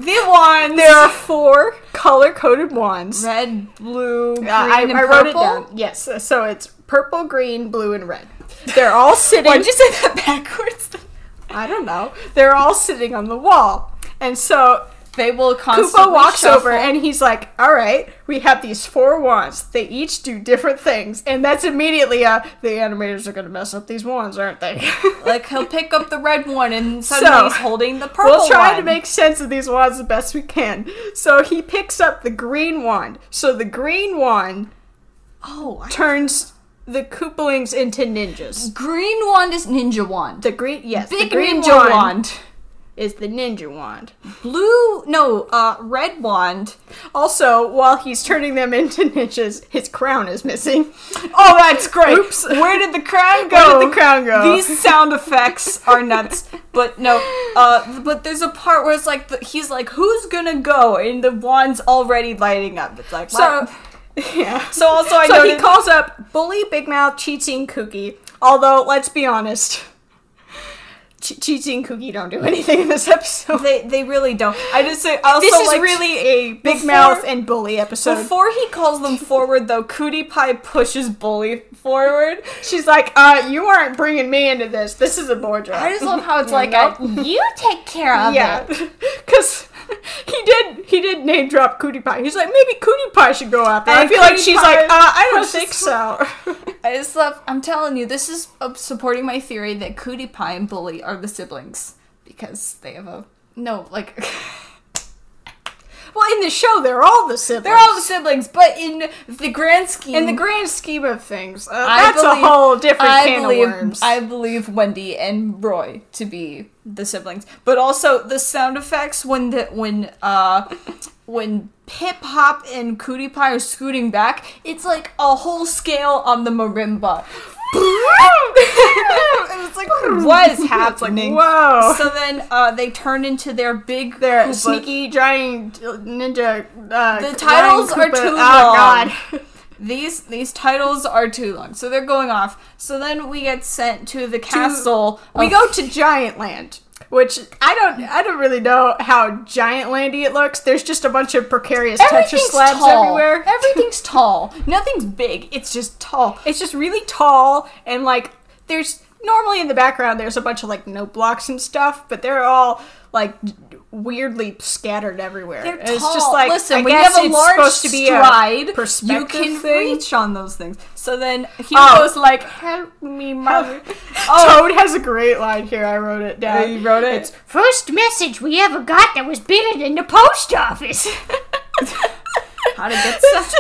S7: The wands.
S4: there are four color coded wands.
S7: red, blue, green,
S4: Uh, I,
S7: and
S4: I wrote it
S7: purple?
S4: down. Yes, so it's purple, green, blue, and red. They're all sitting. Why'd you say that backwards? I don't know. They're all sitting on the wall, and so
S3: They will constantly
S4: Koopa walks
S3: shuffle.
S4: over and he's like, "All right, we have these four wands. They each do different things, and that's immediately uh, the animators are gonna mess up these wands, aren't they?"
S3: like he'll pick up the red one and suddenly
S4: So,
S3: he's holding the purple
S4: we'll try
S3: one.
S4: to make sense of these wands the best we can. So he picks up the green wand. So the green wand
S3: oh, I-
S4: turns the Koopalings into ninjas.
S3: green wand is ninja wand.
S4: The green, yes,
S3: Big
S4: the green
S3: ninja
S4: wand,
S3: wand.
S4: is the ninja wand.
S3: Blue, no, uh, red wand.
S4: Also, while he's turning them into ninjas, his crown is missing.
S3: Oh, that's great.
S4: Oops.
S3: Where did the crown go?
S4: Where did the crown go?
S3: Oh. These sound effects are nuts. But no, uh, but there's a part where it's like the, he's like, "Who's gonna go?" And the wand's already lighting up. It's like
S4: So-
S3: so.
S4: yeah.
S3: So also, I
S4: so he
S3: noticed-
S4: calls up Bully, Big Mouth, Cheating, Kookie. Although, let's be honest, Ch- Cheating, Kookie don't do anything in this episode.
S3: they they really don't. I just say I also
S4: this is
S3: liked-
S4: really a Big
S3: Before-
S4: Mouth and Bully episode.
S3: Before he calls them forward, though, Cootie Pie pushes Bully forward.
S4: She's like, uh, you aren't bringing me into this. This is a board
S3: I
S4: job.
S3: just love how it's like,
S4: Nope.
S3: I, you take care of
S4: Yeah,
S3: it.
S4: because he did he did name drop Cootie Pie. He's like, maybe Cootie Pie should go out there. I
S3: And
S4: feel like
S3: Cootie
S4: she's
S3: Pie
S4: like, uh, I don't
S3: pushes-
S4: think so.
S3: I just love. I'm telling you, this is uh, supporting my theory that Cootie Pie and Bully are the siblings because they have a no, like
S4: well, in the show, they're all the siblings. Mm-hmm.
S3: they're all the siblings, but in the grand scheme,
S4: in the grand scheme of things, uh,
S3: I
S4: that's
S3: believe-
S4: a whole different
S3: I
S4: can
S3: believe,
S4: of worms.
S3: I believe Wendy and Roy to be the siblings, but also the sound effects when the when uh when Hip Hop and Cootie Pie are scooting back, it's like a whole scale on the marimba. and it's like what is happening?
S4: Whoa!
S3: So then uh, they turn into their big
S4: They're
S3: Koopa-
S4: sneaky giant ninja. Uh,
S3: The titles
S4: Ryan Koopa-
S3: are too
S4: oh,
S3: long.
S4: God.
S3: These these titles are too long, so they're going off. So then we get sent to the castle.
S4: We
S3: of-
S4: go to Giant Land, which I don't I don't really know how Giant Landy it looks. There's just a bunch of precarious Tetris
S3: Everything's
S4: slabs
S3: tall.
S4: everywhere.
S3: Everything's tall. Nothing's big. It's just tall.
S4: It's just really tall and like there's normally in the background there's a bunch of like note blocks and stuff, but they're all like weirdly scattered everywhere.
S3: They're
S4: And
S3: tall.
S4: It's just like
S3: Listen,
S4: I
S3: when you
S4: guess
S3: have a
S4: it's
S3: large
S4: supposed to be a
S3: stride, you
S4: perspective
S3: can
S4: thing.
S3: reach on those things. So then he
S4: Oh.
S3: goes like,
S4: Help me, mother.
S3: "Oh,
S4: Toad has a great line here. I wrote it down.
S3: you wrote it?
S4: It's
S1: First message we ever got that was bigger than the post office.
S3: how to get stuff."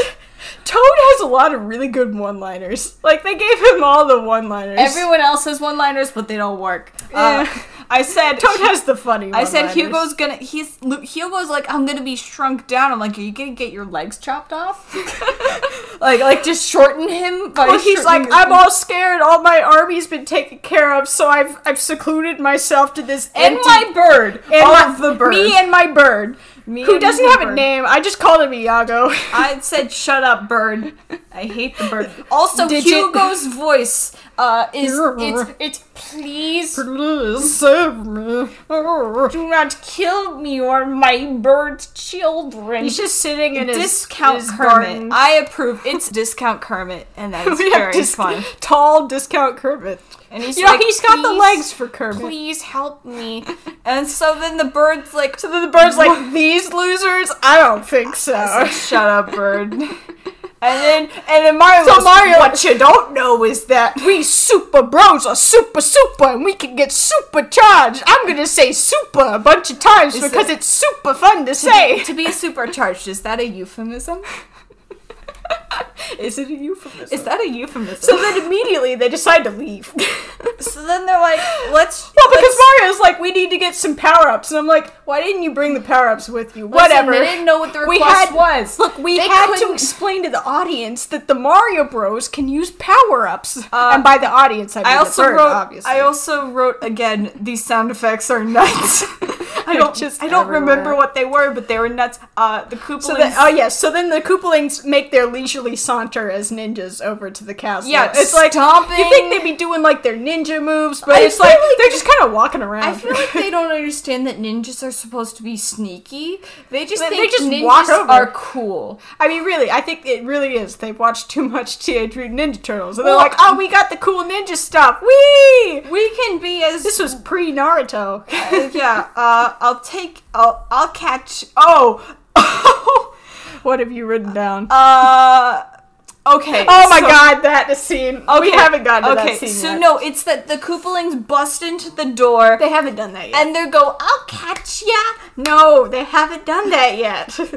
S4: Toad has a lot of really good one-liners. Like they gave him all the one-liners.
S3: Everyone else has one-liners, but they don't work. Uh,
S4: Yeah.
S3: I said
S4: Toad has the funny.
S3: I said
S4: one-liners.
S3: Hugo's gonna. He's Lu- Hugo's like I'm gonna be shrunk down. I'm like, are you gonna get your legs chopped off? like, like just shorten him. By
S4: Well, he's like,
S3: shortening your-
S4: I'm all scared. All my army's been taken care of, so I've I've secluded myself to this
S3: and
S4: empty-
S3: my bird,
S4: and
S3: all
S4: my-
S3: of the bird,
S4: me and my bird,
S3: Me
S4: who
S3: and
S4: doesn't
S3: the
S4: have a
S3: bird.
S4: name. I just called him Iago.
S3: I said, shut up, bird. I hate the bird. Also,
S4: Digit.
S3: Hugo's voice uh, is it's, it's please
S4: Please save me.
S3: do not kill me or my bird children.
S4: He's just sitting in his
S3: discount
S4: his
S3: Kermit.
S4: garden.
S3: I approve. It's discount Kermit, and that is
S4: We have
S3: very
S4: dis-
S3: fun.
S4: Tall discount Kermit.
S3: And he's
S4: You know,
S3: like,
S4: he's got the
S3: "Please,
S4: legs for Kermit.
S3: Please help me. and so then the bird's like,
S4: So then the bird's like, these losers? I don't think so.
S3: shut up, bird. and then
S4: And then Mario
S3: So
S4: goes,
S3: Mario-
S4: what you don't know is that we super bros are super super and we can get supercharged. I'm gonna say super a bunch of times because
S3: it-
S4: it's super fun to say.
S3: to be supercharged, is that a euphemism?
S4: Is it a euphemism?
S3: Is that a euphemism?
S4: so then immediately they decide to leave. well,
S3: So then they're like, let's.
S4: because Mario's like, we need to get some power ups, and I'm like, why didn't you bring the power ups with you? Whatever.
S3: They didn't know what the
S4: We
S3: request
S4: had
S3: was.
S4: Look, we
S3: They
S4: had to
S3: couldn't-
S4: explain to the audience that the Mario Bros can use power ups, and by the audience, I mean
S3: Uh, I also
S4: the bird,
S3: wrote.
S4: obviously.
S3: I also wrote again. These sound effects are nuts. I
S4: They're
S3: don't
S4: just
S3: just. I don't remember
S4: everywhere.
S3: what they were, but they were nuts. Uh, the Koopalings.
S4: So then, oh yes. So then the Koopalings make their leisurely saunter as ninjas over to the castle.
S3: Yeah,
S4: it's like
S3: stomping.
S4: you think they'd be doing like their ninja moves, but
S3: I
S4: it's
S3: feel
S4: like,
S3: like-
S4: they're just kind of walking around.
S3: I feel like they don't understand that ninjas are supposed to be sneaky. They just
S4: They- they
S3: think
S4: just
S3: ninjas
S4: walk over.
S3: are cool.
S4: I mean, really, I think it really is. They've watched too much Teenage Mutant Ninja Turtles, and they're
S3: Well-
S4: like, "Oh, we got the cool ninja stuff. Wee!"
S3: We can be as
S4: This was pre Naruto.
S3: yeah. Uh, I'll, I'll take. I'll, I'll catch. Oh.
S4: What have you written down?
S3: uh. Okay.
S2: Oh my
S3: so-
S2: god, that scene. Oh, we
S3: Okay,
S2: haven't gotten to
S3: Okay.
S2: that scene
S3: So
S2: yet.
S3: no, it's that the Koopalings bust into the door
S4: they haven't done that yet.
S3: and they go, "I'll catch ya."
S4: no, they haven't done that yet.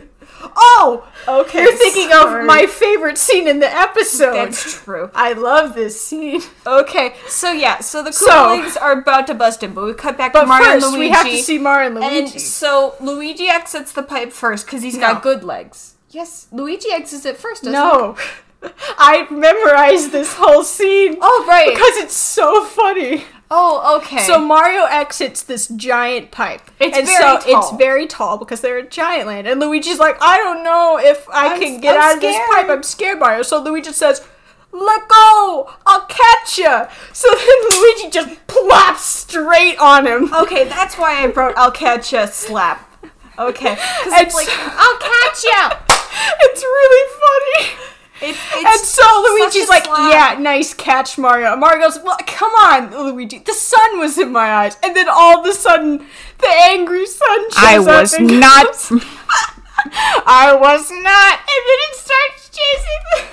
S3: Oh.
S2: Okay,
S4: You're thinking of my favorite scene in the episode.
S3: That's true.
S4: I love this scene.
S3: Okay. So yeah. So the
S4: So-
S3: Koopalings are about to bust in, but we cut back
S4: But
S3: to Mario
S4: first,
S3: and Luigi.
S4: we have to see Mario and
S3: And
S4: Luigi.
S3: so Luigi exits the pipe first because he's
S4: No.
S3: got good legs. Yes, Luigi exits it first. Doesn't he?
S4: no. I memorized this whole scene.
S3: Oh right.
S4: Because it's so funny.
S3: oh okay.
S4: So Mario exits this giant pipe.
S3: It's
S4: and
S3: very
S4: so
S3: tall.
S4: it's very tall because they're in giant land. And Luigi's like, I don't know if I
S3: I'm-
S4: can get
S3: I'm
S4: out of this
S3: scared."
S4: pipe. I'm scared, Mario. So Luigi says, Let go! I'll catch ya! So then Luigi just plops straight on him.
S3: okay, that's why I wrote "I'll catch ya slap." Okay, 'Cause
S4: And
S3: it's like
S4: so-
S3: I'll catch ya.
S4: It's really funny.
S3: It's,
S4: And
S3: it's
S4: so Luigi's
S3: a
S4: like,
S3: slap.
S4: yeah, nice catch, Mario. And Mario goes, well, come on, Luigi. The sun was in my eyes. And then all of a sudden, the angry sun shows
S8: I
S4: up
S8: was
S4: and goes,
S8: not.
S4: I was not. And then it starts chasing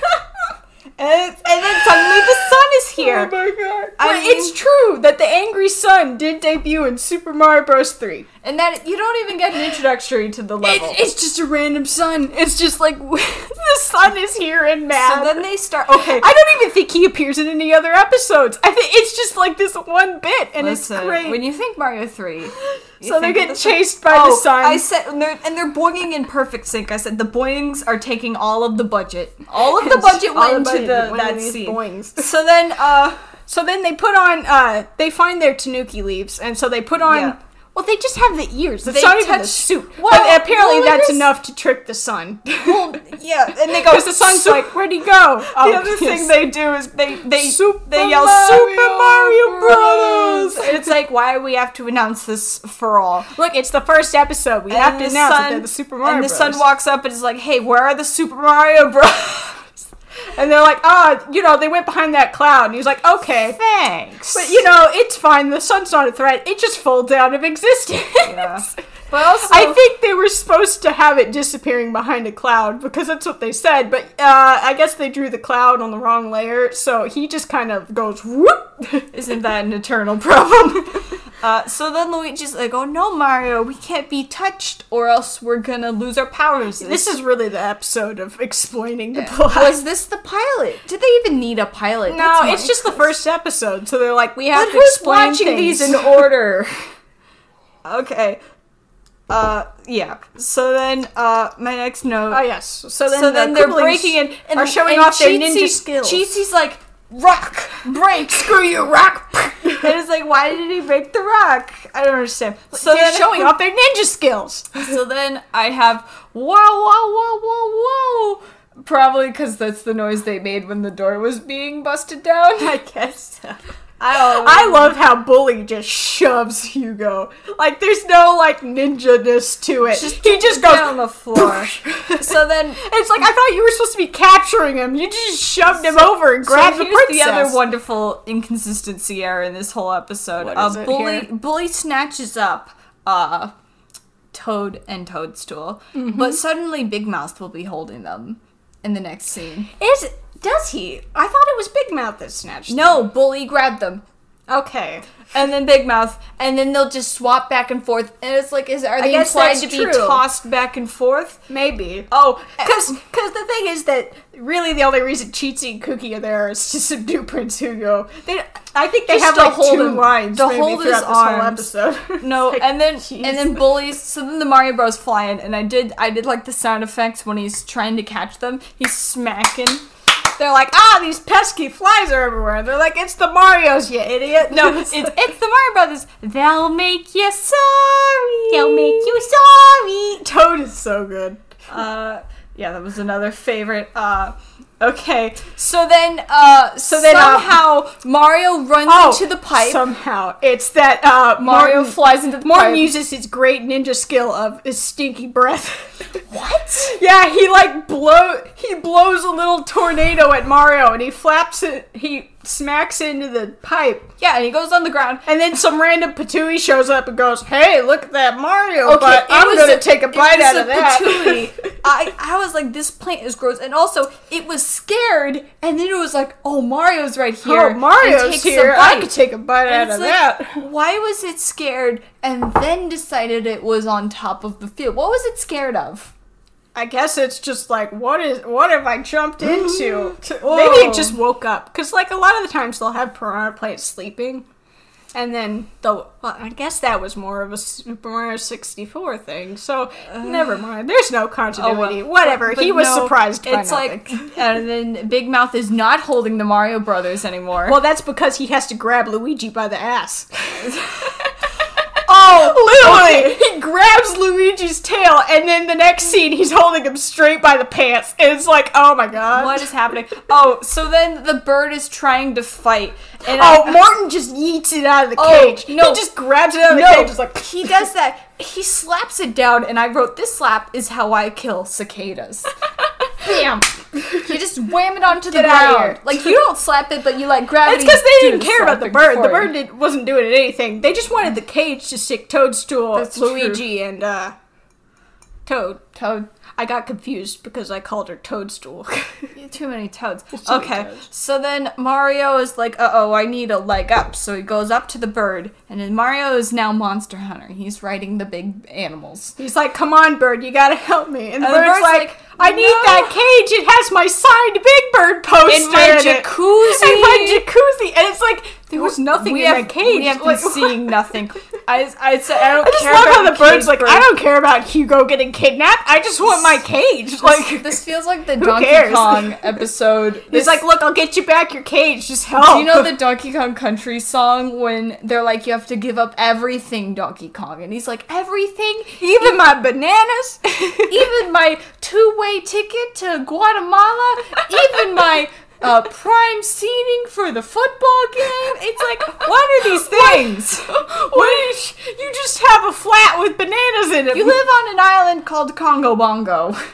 S3: and, and then suddenly the sun is
S4: Oh
S3: here.
S4: my god. But
S3: I mean-
S4: it's true that the angry sun did debut in Super Mario Bros. 3.
S3: and that you don't even get an introductory to the level.
S4: It, it's just a random sun. It's just like, the sun is here and mad.
S3: so then they start. Okay,
S4: I don't even think he appears in any other episodes. I think it's just like this one bit, and
S3: Listen,
S4: it's great.
S3: When you think Mario Three, you
S4: so they're
S3: think
S4: getting
S3: of the- Oh,
S4: chased by the sun.
S3: I said, and they're, and they're boinging in perfect sync. I said the boings are taking all of the budget. All of the budget
S4: All
S3: went
S4: about
S3: to the,
S4: the- one of
S3: that
S4: these
S3: scene.
S4: boings.
S3: So then, uh,
S4: So then they put on. uh They find their tanuki leaves, and so they put on.
S3: Yeah.
S4: Well, they just have the ears. It's
S3: They
S4: not even the
S3: touch-
S4: suit.
S3: Well,
S4: but apparently
S3: well, it
S4: that's
S3: is-
S4: enough to trick the sun.
S3: well, yeah, and they go.
S4: Because the sun's
S3: "Sup-
S4: like, where'd he go? Oh,
S3: The other
S4: yes.
S3: thing they do is they they
S4: Super
S3: they yell
S4: Mario
S3: Super Mario
S4: Bros."
S3: Brothers. and it's like, why we have to announce this for all?
S4: look, it's the first episode. We have
S3: And
S4: to
S3: the
S4: announce that
S3: sun-
S4: they're the Super Mario
S3: And the sun
S4: Bros.
S3: walks up and is like, "Hey, where are the Super Mario Bros?"
S4: and they're like, ah, you know, they went behind that cloud, and he's like, okay.
S3: Thanks.
S4: But you know, it's fine. The sun's not a threat. It just folds out of existence.
S3: Yeah. But also,
S4: I think they were supposed to have it disappearing behind a cloud because that's what they said. But uh, I guess they drew the cloud on the wrong layer, so he just kind of goes whoop.
S3: Isn't that an eternal problem? uh, so then Luigi's like, oh no, Mario, we can't be touched or else we're gonna lose our powers.
S4: this is really the episode of explaining the plot.
S3: was this the pilot? Did they even need a pilot?
S4: no, it's just the first episode, so they're like, we have
S3: But
S4: to
S3: who's
S4: explain
S3: watching
S4: things.
S3: these in order? okay. Uh, yeah. So then, uh, my next note.
S4: Oh yes. So then,
S3: so
S4: the
S3: then they're
S4: Koopalings
S3: breaking in and
S4: are showing
S3: and
S4: off their
S3: Cheatsy-
S4: ninja skills.
S3: Cheatsy's like rock break, screw you, rock. and it's like, why did he break the rock? I don't understand. So
S4: they're showing off their ninja skills.
S3: So then I have wow, wow, wow, wow, wow. Probably because that's the noise they made when the door was being busted down. Oh.
S4: I guess. so.
S3: I don't know.
S4: I love how Bully just shoves Hugo. Like, there's no, like, ninja-ness to it. he just goes,
S3: on the floor. so then
S4: it's like, I thought you were supposed to be capturing him. You just shoved him over and grabbed
S3: so
S4: the
S3: here's
S4: princess.
S3: the other wonderful inconsistency error in this whole episode.
S4: What
S3: uh,
S4: is it
S3: bully
S4: here?
S3: bully snatches up uh Toad and Toadstool,
S4: Mm-hmm.
S3: but suddenly Big Mouth will be holding them in the next scene.
S4: Is, does he? I thought it was Big Mouth that snatched
S3: No, Bully grabbed them.
S4: Okay.
S3: And then Big Mouth, and then they'll just swap back and forth, and it's like, is are they
S4: guess
S3: implied
S4: that's
S3: to be
S4: true.
S3: tossed back and forth?
S4: Maybe.
S3: Oh,
S4: Because the thing is that really the only reason Cheatsy and Cookie are there is to subdue Prince Hugo. They, I think they
S3: Just
S4: have
S3: to
S4: like
S3: hold
S4: two
S3: him-
S4: lines
S3: to
S4: maybe
S3: hold his
S4: throughout this
S3: arms.
S4: whole episode.
S3: No,
S4: Like,
S3: and then
S4: jeez.
S3: and then bullies. So then the Mario Bros fly in, and I did I did like the sound effects when he's trying to catch them. He's smacking.
S4: They're like, ah, these pesky flies are everywhere. They're like, it's the Mario's, you idiot.
S3: No, it's it's the Mario Brothers. They'll make you sorry.
S4: you sorry. Toad is so good.
S3: Uh, yeah, that was another favorite. Uh, okay. So then, uh, Oh, so then
S4: uh,
S3: somehow Mario runs into the pipe.
S4: Oh, Somehow. It's that uh,
S3: Mario
S4: Martin,
S3: flies into the
S4: Martin
S3: pipe.
S4: uses his great ninja skill of his stinky breath.
S3: what?
S4: yeah, he like blow he blows a little tornado at Mario and he flaps it he smacks into the pipe.
S3: Yeah, and he goes on the ground.
S4: And then some random patooey shows up and goes, "Hey, look at that Mario!"
S3: Okay,
S4: but
S3: it
S4: I'm
S3: was
S4: gonna
S3: a-
S4: take a
S3: it
S4: bite
S3: was
S4: out
S3: a Uh,
S4: of that.
S3: patchouli. I, I was like, this plant is gross. And also, it was scared, and then it was like, oh, Mario's right here.
S4: oh, Mario's
S3: takes a
S4: here! I
S3: bite.
S4: could take a bite out
S3: And
S4: of
S3: it's like,
S4: that.
S3: Why was it scared and then decided it was on top of the field? What was it scared of?
S4: I guess it's just like, what is, what have I jumped
S3: Mm-hmm.
S4: into? Maybe it just woke up because, like, a lot of the times they'll have piranha plants sleeping, and then they'll. Well, I guess that was more of a Super Mario sixty four thing. So never mind. There's no continuity. Oh, Whatever.
S3: Oh, But
S4: he was
S3: no,
S4: surprised. By
S3: It's
S4: nothing.
S3: like, and then Big Mouth is not holding the Mario Brothers anymore.
S4: Well, that's because he has to grab Luigi by the ass.
S3: oh,
S4: Literally, he grabs Luigi's tail, and then the next scene, he's holding him straight by the pants. And it's like, oh my god.
S3: What is happening? Oh, so then the bird is trying to fight, and I-
S4: Oh, Martin just yeets it out of the
S3: Oh,
S4: cage.
S3: no.
S4: He just grabs it out of the cage. It's like,
S3: he does that. He slaps it down, and I wrote, "This slap is how I kill cicadas." Bam! You just wham it onto the
S4: Get out of
S3: ground.
S4: here.
S3: Like you don't slap it, but you like grab
S4: That's
S3: it.
S4: because
S3: and you
S4: they
S3: do
S4: didn't care about the
S3: slapping
S4: bird. The
S3: for you.
S4: bird did, wasn't doing anything. They just wanted the cage to stick Toadstool,
S3: That's
S4: Luigi, and uh, Toad.
S3: Toad.
S4: I got confused because I called her Toadstool.
S3: Too many toads.
S4: many
S3: okay,
S4: toads.
S3: so then Mario is like, "Uh oh, I need a leg up." So he goes up to the bird, and then Mario is now Monster Hunter. He's riding the big animals.
S4: He's like, "Come on, bird, you gotta help me." And the
S3: And the
S4: bird's,
S3: bird's
S4: like,
S3: like,
S4: "I need
S3: "No."
S4: that cage. It has my signed Big Bird poster
S3: In my
S4: in it.
S3: jacuzzi.
S4: And my jacuzzi." And it's like there was nothing
S3: we
S4: in
S3: have,
S4: my cage.
S3: We have been
S4: Like,
S3: seeing nothing. I, I said I don't
S4: I just
S3: care
S4: love
S3: about
S4: how the bird's
S3: cage
S4: like,
S3: bird.
S4: "I don't care about Hugo getting kidnapped. I just want my cage." Like.
S3: This feels like the Donkey
S4: cares?
S3: Kong episode.
S4: He's
S3: This,
S4: like, look, I'll get you back your cage. Just help.
S3: do you know the Donkey Kong Country song when they're like, you have to give up everything, Donkey Kong, and he's like, everything,
S4: even my bananas.
S3: even my two-way ticket to Guatemala, even my uh, prime seating for the football game. It's like, what are these things?
S4: What? You just have a flat with bananas in it.
S3: You live on an island called Congo Bongo.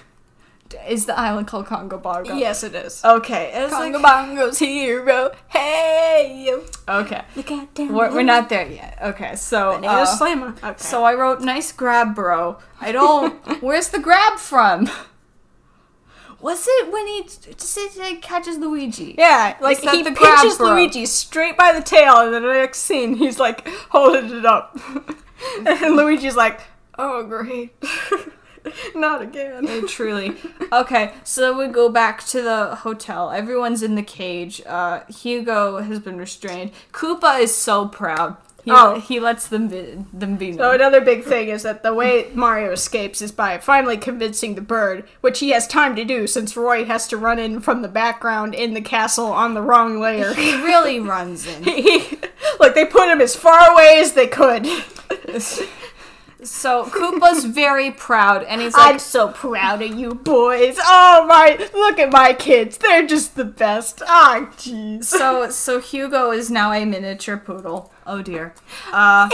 S3: Is the island called Congo Bongo?
S4: Yes, it is.
S3: Okay. and It's
S4: Congo
S3: like,
S4: Bongo's hero. Hey, you.
S3: okay.
S4: Look out down.
S3: We're, we're not there yet. Okay. So.
S4: Banana
S3: uh,
S4: slammer. Okay.
S3: so I wrote nice grab, bro. I don't. where's the grab from? Was it when he just it, it catches Luigi?
S4: Yeah, like
S3: that
S4: he
S3: the grab
S4: pinches
S3: bro?
S4: Luigi straight by the tail, and then the next scene he's like holding it up, and Luigi's like, "Oh great, not again."
S3: Truly. Okay, so we go back to the hotel. Everyone's in the cage. Uh, Hugo has been restrained. Koopa is so proud. He,
S4: Oh.
S3: he lets them be, them be.
S4: So
S3: known.
S4: another big thing is that the way Mario escapes is by finally convincing the bird, which he has time to do since Roy has to run in from the background in the castle on the wrong layer.
S3: he really runs in.
S4: He- like they put him as far away as they could.
S3: So Koopa's very proud, and he's like,
S4: so proud of you boys. Oh my, look at my kids. They're just the best. Ah, jeez.
S3: so so Hugo is now a miniature poodle. Oh dear.
S4: He's not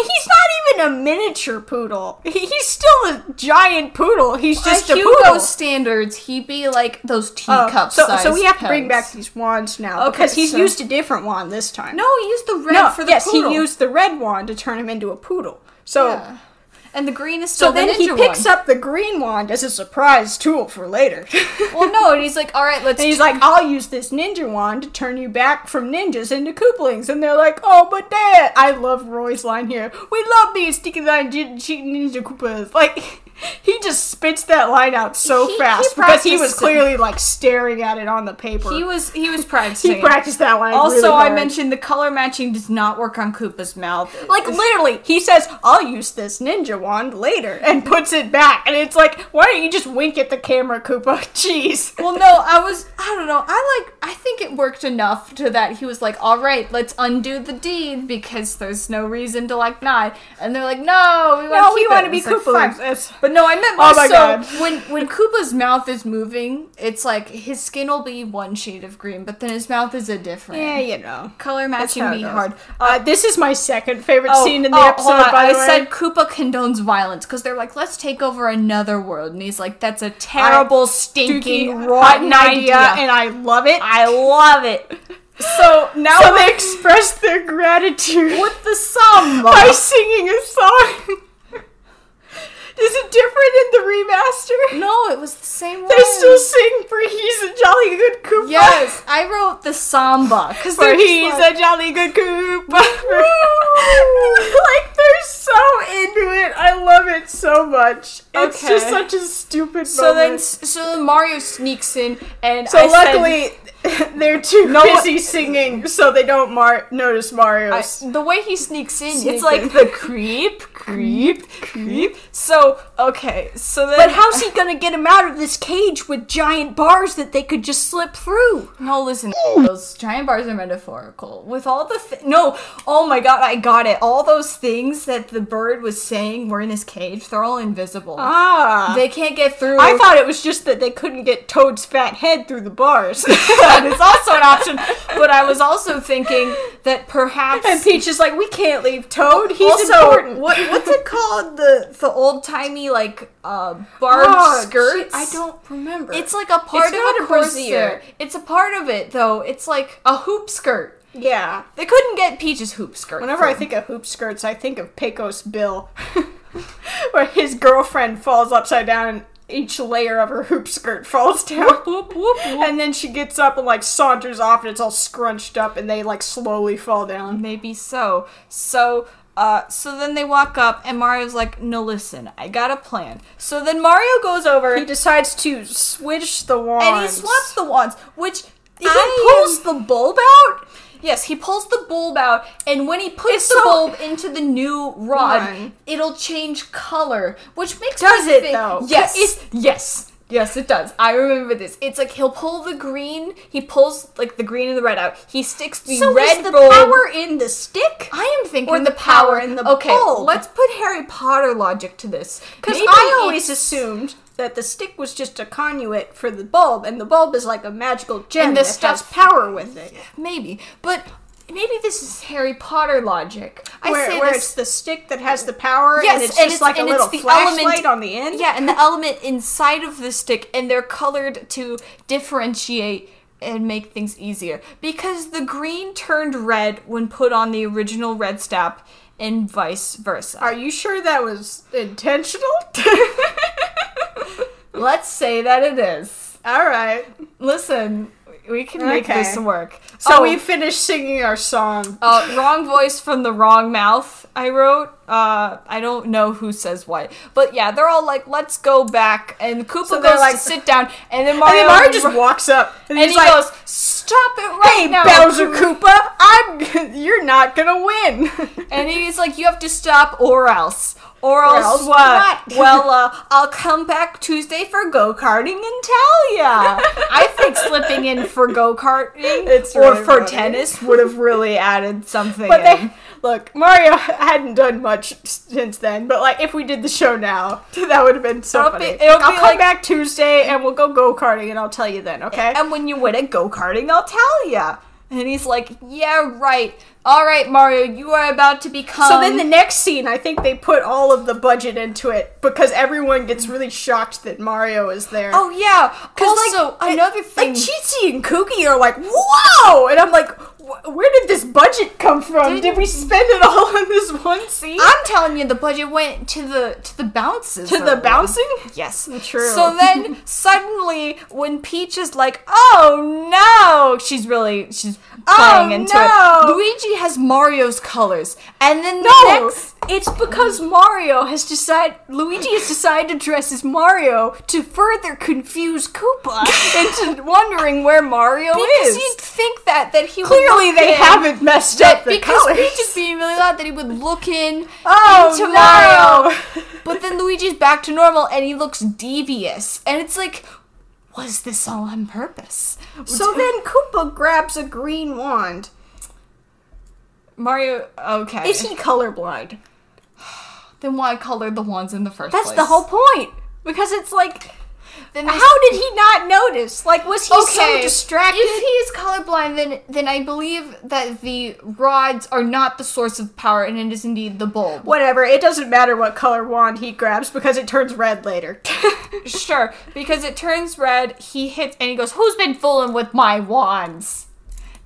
S4: even a miniature poodle. He- he's still a giant poodle. He's
S3: By
S4: just a
S3: Hugo
S4: poodle.
S3: standards, he'd be like those
S4: Oh,
S3: teacup
S4: so,
S3: sized Oh,
S4: so we have to bring
S3: pens.
S4: back these wands now
S3: Okay,
S4: because he's
S3: so-
S4: used a different wand this time.
S3: No, he used the red
S4: no,
S3: for the
S4: yes,
S3: poodle.
S4: he used the red wand to turn him into a poodle. So,
S3: Yeah. and the green is still
S4: so then
S3: the
S4: he
S3: ninja
S4: picks
S3: one.
S4: up the green wand as a surprise tool for later.
S3: Well, no, and he's like, all right, let's.
S4: And he's like, I'll use this ninja wand to turn you back from ninjas into Koopalings. And they're like, oh, but dad. I love Roy's line here. We love being sticky line j- cheating ninja Koopas. Like, he just spits that line out so
S3: He- he
S4: fast because he was
S3: practiced it.
S4: clearly, like, staring at it on the paper.
S3: he
S4: He,
S3: was he was practicing. it.
S4: practiced that line.
S3: also,
S4: really
S3: I
S4: hard.
S3: mentioned the color matching does not work on Koopa's mouth.
S4: Like literally, he says, "I'll use this ninja wand later," and puts it back. And it's like, why don't you just wink at the camera, Koopa? Jeez.
S3: Well, no, I was, I don't know. I like, I think it worked enough to that he was like, all right, let's undo the deed because there's no reason to like not. And they're like, no, we want
S4: No,
S3: to
S4: we
S3: want to
S4: be
S3: Like,
S4: Koopalings.
S3: fine.
S4: It's-
S3: but no, I meant more
S4: Oh my
S3: so
S4: God.
S3: when when Koopa's mouth is moving, it's like his skin will be one shade of green, but then his mouth is a different
S4: yeah, you know.
S3: color matching.
S4: how it
S3: Be
S4: goes.
S3: hard.
S4: Uh, this is my second favorite scene in the
S3: oh, hold
S4: episode.
S3: on.
S4: By the
S3: I
S4: way,
S3: said Koopa condones violence because they're like, let's take over another world, and he's like, that's a terrible,
S4: Dookie,
S3: stinking,
S4: rotten
S3: rotten
S4: idea,
S3: idea.
S4: and I love it.
S3: I love it. So now
S4: So they express their gratitude
S3: with the sum.
S4: by singing a song. Is it different in the remaster?
S3: no, it was the same one.
S4: They still sing for he's a jolly good Koopa.
S3: Yes, I wrote the samba because
S4: For
S3: they're just
S4: he's
S3: like,
S4: a jolly good Koopa.
S3: Woo!
S4: like they're so into it. I love it so much. It's
S3: Okay.
S4: just such a stupid
S3: so then
S4: moment.
S3: s- so then Mario sneaks in and
S4: so
S3: I said,
S4: luckily they're too
S3: No one-
S4: busy singing so they don't mar- notice
S3: I-
S4: Mario's.
S3: the way he sneaks in,
S9: Sneak
S3: it's like
S9: in.
S3: the creep, creep, creep. So okay, so then
S9: But how's he gonna get him out of this cage with giant bars that they could just slip through?
S3: No, oh, listen. Those giant bars are metaphorical. With all the th- no, oh my god, I got it. All those things that the bird was saying were in his cage. They're all invisible.
S4: ah.
S3: They can't get through.
S4: I thought it was just that they couldn't get Toad's fat head through the bars.
S3: that is also an option. But I was also thinking that perhaps
S4: and Peach is like, we can't leave Toad. He's
S3: also,
S4: important.
S3: What, what's it called? The the old timey like uh, barbed
S4: Oh, gee,
S3: skirts.
S4: I don't remember.
S3: It's like a part
S4: It's
S3: of
S4: not
S3: a
S4: a brassiere.
S3: corset. It's a part of it though. It's like a hoop skirt.
S4: yeah.
S3: They couldn't get Peach's hoop skirt.
S4: Whenever I think of hoop skirts, I think of Pecos Bill, where his girlfriend falls upside down and each layer of her hoop skirt falls down. And then she gets up and like saunters off, and it's all scrunched up, and they like slowly fall down.
S3: maybe so. So, uh, so then they walk up, and Mario's like, "No, listen, I got a plan." So then Mario goes over
S4: He decides to switch the wands.
S3: and he swaps the wands, which he
S4: I
S3: pulls the bulb out. Yes, he pulls the bulb out, and when he puts the
S4: so-
S3: bulb into the new rod,
S4: One.
S3: it'll change color, which makes
S4: Does
S3: me
S4: it,
S3: think-
S4: though?
S3: Yes, yes. Yes, it does. I remember this. It's like he'll pull the green. He pulls like the green and the red out. He sticks the
S9: So
S3: red
S9: is the
S3: bulb.
S9: power in the stick?
S3: I am thinking
S9: Or the power in the
S3: okay,
S9: bulb.
S3: let's put Harry Potter logic to this because
S4: Because I always assumed that the stick was just a conduit for the bulb, and the bulb is like a magical gem
S3: And
S4: that
S3: this
S4: has
S3: stuff-
S4: power with it.
S3: maybe, but maybe this is Harry Potter logic.
S4: where,
S3: I say
S4: where
S3: this.
S4: it's the stick that has the power,
S3: Yes,
S4: and it's
S3: and
S4: just
S3: it's-
S4: like a
S3: and it's
S4: little
S3: the
S4: flashlight
S3: element-
S4: on the end.
S3: yeah, and the element inside of the stick, and they're colored to differentiate and make things easier. Because the green turned red when put on the original red stop, and vice versa.
S4: Are you sure that was intentional?
S3: Let's say that it is.
S4: All right.
S3: Listen, we can make
S4: Okay.
S3: this work.
S4: So
S3: Oh,
S4: we finished singing our song.
S3: Uh, wrong voice from the wrong mouth. I wrote. Uh, I don't know who says what, but yeah, they're all like, "Let's go back," and Koopa
S4: So they're
S3: goes
S4: like-
S3: to sit down, and then
S4: And
S3: Mario,
S4: then Mario just walks up and,
S3: and
S4: he's
S3: he
S4: like,
S3: goes, "Stop it right
S4: "Hey,
S3: now,
S4: Bowser
S3: Koopa."
S4: Koopa, I'm you're not gonna win."
S3: And he's like, "You have to stop, or else, or else,
S4: else
S3: what?
S4: what?
S3: well, uh, I'll come back Tuesday for go karting and tell ya." I think slipping in for go karting
S4: It's
S3: or
S4: really
S3: for
S4: funny.
S3: tennis would have really added something.
S4: but
S3: in.
S4: they look Mario hadn't done much since then. But like, if we did the show now, that would have been so
S3: It'll be-
S4: funny.
S3: it'll
S4: I'll
S3: be
S4: come
S3: like-
S4: back Tuesday and we'll go go karting and I'll tell you then. Okay.
S3: And when you win at go karting, I'll tell ya. And he's like, Yeah, right. All right, Mario, you are about to become.
S4: So then the next scene, I think they put all of the budget into it because everyone gets really shocked that Mario is there.
S3: Oh yeah.
S4: like,
S3: Also, another thing.
S4: like Chi-Chi and Cookie are like, "Whoa!" And I'm like, "Wh- "Where did this budget come from? Did, we spend it all on this one scene?"
S3: I'm telling you, the budget went to the to the bounces.
S4: to the
S3: though.
S4: bouncing?
S3: Yes.
S4: True.
S3: So then suddenly, when Peach is like, "Oh no," she's really she's playing into
S4: oh, no.
S3: it. Luigi has Mario's colors, and then the
S4: No.
S3: next, it's because Mario has decided Luigi has decided to dress as Mario to further confuse Koopa into wondering where Mario
S4: Because
S3: is. you'd think that that he
S4: Clearly, they haven't messed up the
S3: because
S4: colors.
S3: Peach is being really loud that he would look in
S4: Oh,
S3: into
S4: no.
S3: Mario. But then Luigi's back to normal and he looks devious. And it's like, was this all on purpose?
S4: so then Koopa grabs a green wand.
S3: Mario, okay.
S4: Is he colorblind?
S3: then why color the wands in the first
S4: That's
S3: place?
S4: the whole point. Because it's like,
S3: Then this-
S4: how did he not notice? Like, was he so distracted?
S3: If he is colorblind, then then I believe that the rods are not the source of power, and it is indeed the bulb.
S4: Whatever, it doesn't matter what color wand he grabs because it turns red later.
S3: Sure, because it turns red, he hits, and he goes, Who's been fooling with my wands?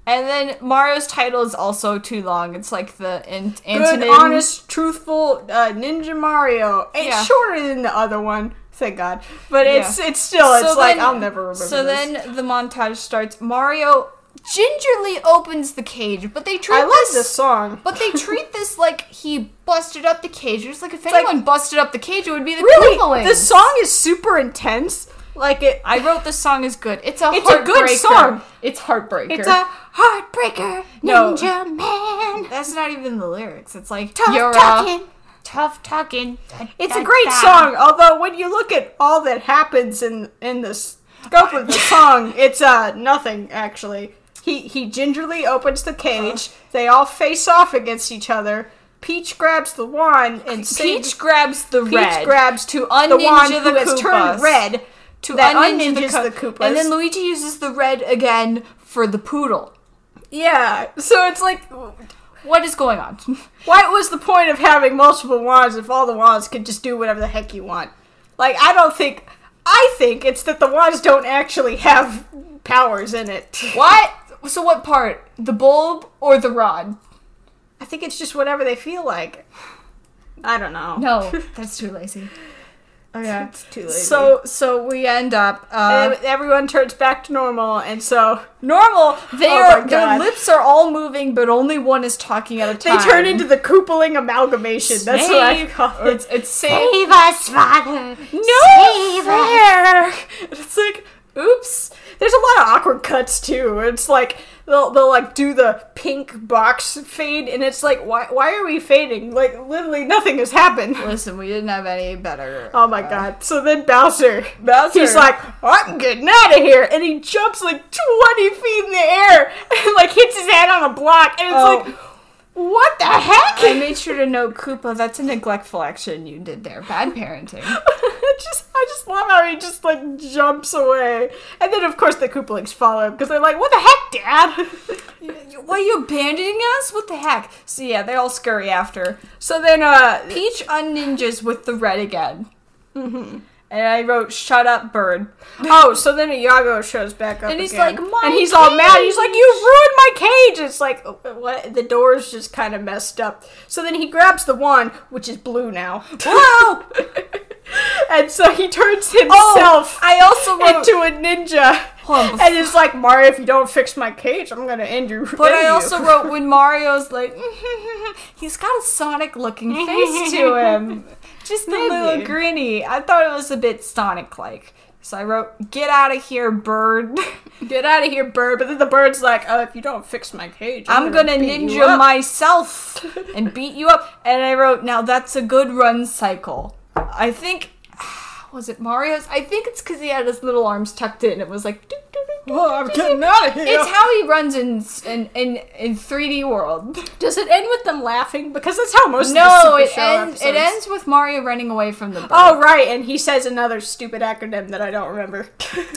S3: And then Mario's title is also too long. It's like the an-
S4: Good,
S3: antonym.
S4: honest, truthful uh, Ninja Mario. It's
S3: Yeah.
S4: shorter than the other one. Thank God. But it's it's still it's
S3: So
S4: like
S3: then-
S4: I'll never remember.
S3: So
S4: this.
S3: then the montage starts. Mario gingerly opens the cage, but they treat
S4: I love
S3: this,
S4: this song.
S3: But they treat this like he busted up the cage. It's like if
S4: like-
S3: anyone busted up the cage, it would be the
S4: Really,
S3: Koopalings.
S4: this song is super intense. Like it,
S3: I wrote this song is good. It's a
S4: It's a good
S3: heartbreaker.
S4: song.
S3: It's heartbreaker.
S4: it's a heartbreaker.
S3: No.
S4: Ninja man.
S3: That's not even the lyrics. It's like
S4: Tough
S3: you're
S4: talking.
S3: A, tough talking. da-
S4: It's
S3: da-
S4: a great
S3: da.
S4: song, although when you look at all that happens in in the scope of the song, it's uh nothing actually. He he gingerly opens the cage.
S3: Uh-huh.
S4: They all face off against each other. Peach grabs the wand and saves
S3: Peach grabs the
S4: Peach
S3: red.
S4: grabs to the
S3: un-ninja
S4: wand
S3: the
S4: who has
S3: Koopas.
S4: turned red.
S3: to
S4: that
S3: un-ninja
S4: un-ninjas
S3: Ko-
S4: the Koopas.
S3: And then Luigi uses the red again for the poodle.
S4: Yeah, so it's like,
S3: What is going on?
S4: what was the point of having multiple wands if all the wands could just do whatever the heck you want? Like, I don't think. I think it's that the wands don't actually have powers in it.
S3: what? So what part? The bulb or the rod?
S4: I think it's just whatever they feel like. I don't know.
S3: No, that's too lazy.
S4: yeah, it's too lazy. So
S3: So so we end up uh,
S4: and everyone turns back to normal, and so
S3: normal. They
S4: Oh
S3: are
S4: my
S3: their
S4: God.
S3: lips are all moving, but only one is talking at a
S4: they
S3: time.
S4: turn into the Koopaling amalgamation. That's what I
S3: Snape.
S4: call it.
S3: It's it's save
S1: us, Father.
S3: no
S1: Save
S3: fair.
S4: It's like, oops. There's a lot of awkward cuts too. It's like they'll they'll like do the pink box fade, and it's like, why why are we fading? Like literally nothing has happened.
S3: Listen, we didn't have any better. uh,
S4: Oh my god. So then Bowser,
S3: Bowser.
S4: he's like, I'm getting out of here, and he jumps like 20 feet in the air and like hits his head on a block, and it's
S3: Oh.
S4: like, what the heck?
S3: I made sure to note Koopa. That's a neglectful action you did there. Bad parenting.
S4: I just I just love how he just like jumps away, and then of course the Koopalings follow him because they're like, "What the heck, Dad?"
S3: Why are you abandoning us? What the heck? So yeah, they all scurry after.
S4: So then, uh,
S3: Peach unninjas with the red again. And I wrote, "Shut up, bird."
S4: Mm-hmm. oh, so then Iago shows back up,
S3: And he's
S4: again.
S3: like, "My
S4: and he's all mad. He's like, "You ruined my cage!" It's like, uh, what? The door's just kind of messed up. So then he grabs the wand, which is blue now.
S3: Wow!
S4: and so he turns himself
S3: Oh, I also wrote.
S4: into a ninja,
S3: Hold on,
S4: and is like, "Mario, if you don't fix my cage, I'm gonna end you."
S3: But
S4: end
S3: I
S4: you."
S3: also wrote when Mario's like, he's got a Sonic looking face to him. Just the little
S4: Maybe.
S3: grinny. I thought it was a bit Sonic like. So I wrote, get out of here, bird.
S4: Get out of here, bird. But then the bird's like, oh, if you don't fix my cage, I'm,
S3: I'm gonna
S4: beat you
S3: ninja
S4: up."
S3: myself and beat you up. And I wrote, now that's a good run cycle. I think, was it Mario's? I think it's because he had his little arms tucked in. It was like, "Doo, doo, doo, doo,
S4: Oh, I'm
S3: doo,
S4: getting
S3: doo."
S4: out of here.
S3: It's how he runs in, in, in, in 3D world.
S4: Does it end with them laughing? Because that's how most of
S3: No,
S4: the Super
S3: it
S4: Show
S3: ends. It
S4: episodes-
S3: ends with Mario running away from the. Bird.
S4: Oh right, and he says another stupid acronym that I don't remember.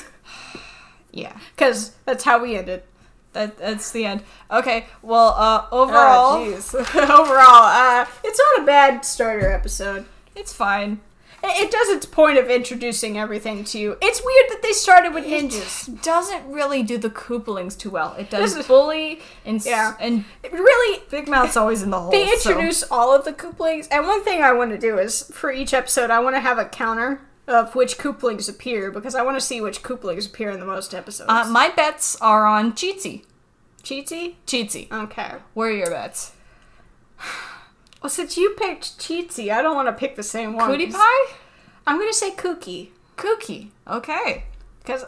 S3: yeah,
S4: Because that's how we ended.
S3: that, that's the end. Okay, well, uh, overall,
S4: Oh, jeez. overall, uh, it's not a bad starter episode.
S3: it's fine.
S4: It, it does its point of introducing everything to you. It's weird that they started with ninjas.
S3: It doesn't really do the Koopalings too well. It does
S4: This is-
S3: bully and s-
S4: Yeah.
S3: and
S4: It really
S3: Big Mouth's always in the hole.
S4: They
S3: so-
S4: introduce all of the Kooplings, and one thing I want to do is for each episode, I want to have a counter of which Kooplings appear because I want to see which Kooplings appear in the most episodes.
S3: Uh, my bets are on Cheatsy.
S4: Cheatsy?
S3: Cheatsy,
S4: Okay.
S3: where are your bets?
S4: Well, since you picked Cheatsy, I don't want to pick the same one.
S3: Cootie Pie,
S4: I'm going to say Kooky
S3: Kookie. Okay,
S4: because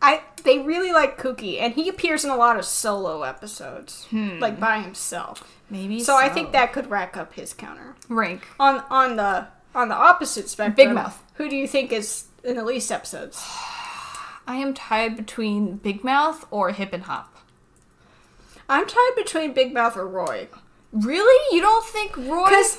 S4: I they really like Kooky, and he appears in a lot of solo episodes, like by himself.
S3: Hmm. maybe.
S4: So, I think that could rack up his counter.
S3: rank.
S4: On on the on the opposite spectrum,
S3: Big Mouth.
S4: Who do you think is in the least episodes?
S3: I am tied between Big Mouth or Hip and Hop.
S4: I'm tied between Big Mouth or Roy.
S3: Really, you don't think Roy?
S4: Because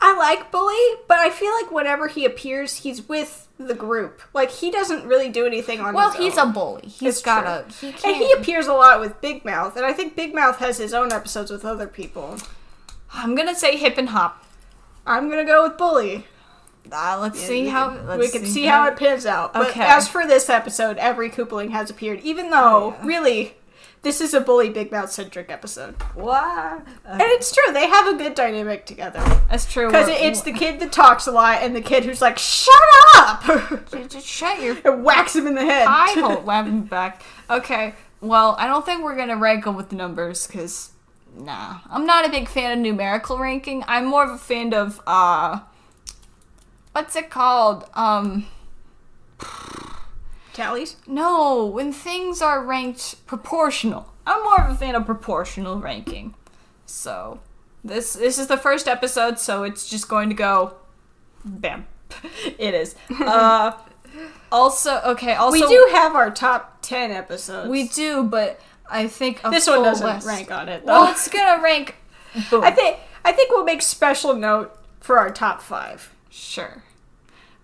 S4: I like Bully, but I feel like whenever he appears, he's with the group. Like, he doesn't really do anything on
S3: Well,
S4: his
S3: he's a
S4: own.
S3: bully. He's
S4: It's
S3: got
S4: true.
S3: a. He
S4: And
S3: can't.
S4: he appears a lot with Big Mouth, and I think Big Mouth has his own episodes with other people.
S3: I'm gonna say hip and hop.
S4: I'm gonna go with Bully.
S3: Uh, let's see how. Let's
S4: we can see, how it pans out. But
S3: Okay. Oh,
S4: as for this episode, every Koopling has appeared, even though, really, This is a bully Big Mouth centric episode.
S3: Wow.
S4: And it's true, they have a good dynamic together.
S3: That's true.
S4: Because
S3: We're-
S4: it's the kid that talks a lot and the kid who's like, shut up!
S3: we're- just shut your
S4: and whacks him in the head.
S3: eye hole, laughing back. Okay. Well, I don't think we're gonna rank them with numbers, cause nah, I'm not a big fan of numerical ranking. I'm more of a fan of uh, what's it called? Um,
S4: Tallies?
S3: no, when things are ranked proportional. I'm more of a fan of proportional ranking. So this this is the first episode, so it's just going to go bam. It is. Uh also okay, also
S4: We do have our top 10 episodes.
S3: we do, but I think a
S4: this one
S3: full
S4: doesn't
S3: list-
S4: rank on it, though.
S3: Well, it's gonna rank. Boom.
S4: I, think, I think we'll make special note for our top five.
S3: Sure.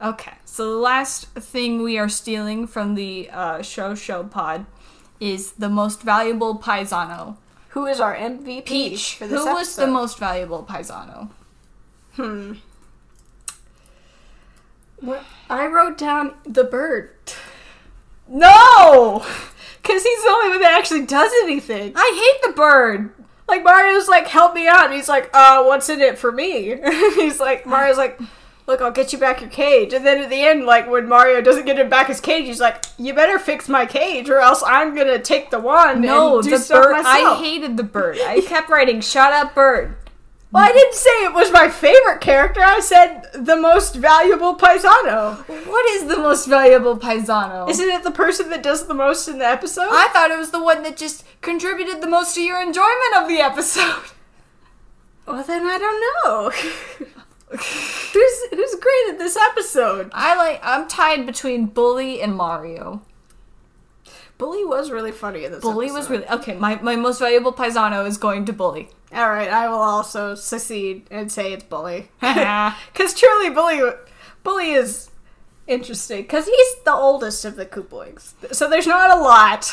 S3: Okay. So the last thing we are stealing from the uh, show show pod is the most valuable paisano.
S4: Who is our MVP
S3: Peach.
S4: for this
S3: Who was the
S4: episode?
S3: most valuable paisano?
S4: Hmm. Well, I wrote down the bird.
S3: No.
S4: Because he's the only one that actually does anything.
S3: I hate the bird.
S4: Like, Mario's like, help me out. And he's like, uh, what's in it for me? he's like, Mario's like, look, I'll get you back your cage. And then at the end, like, when Mario doesn't get him back his cage, he's like, you better fix my cage or else I'm going to take the wand
S3: No,
S4: and do
S3: the
S4: stuff
S3: bird.
S4: myself.
S3: I hated the bird. I kept writing "shut up, bird."
S4: well, I didn't say it was my favorite character. I said the most valuable paisano.
S3: What is the most valuable paisano?
S4: Isn't it the person that does the most in the episode?
S3: I thought it was the one that just contributed the most to your enjoyment of the episode.
S4: Well, then I don't know. who's who's great at this episode?
S3: I like. I'm tied between Bully and Mario.
S4: Bully was really funny in this.
S3: Bully
S4: episode.
S3: was really okay. My my most valuable paisano is going to Bully.
S4: All right, I will also succeed and say it's Bully,
S3: yeah,
S4: because truly Bully, Bully is interesting because he's the oldest of the Koopalings. So there's not a lot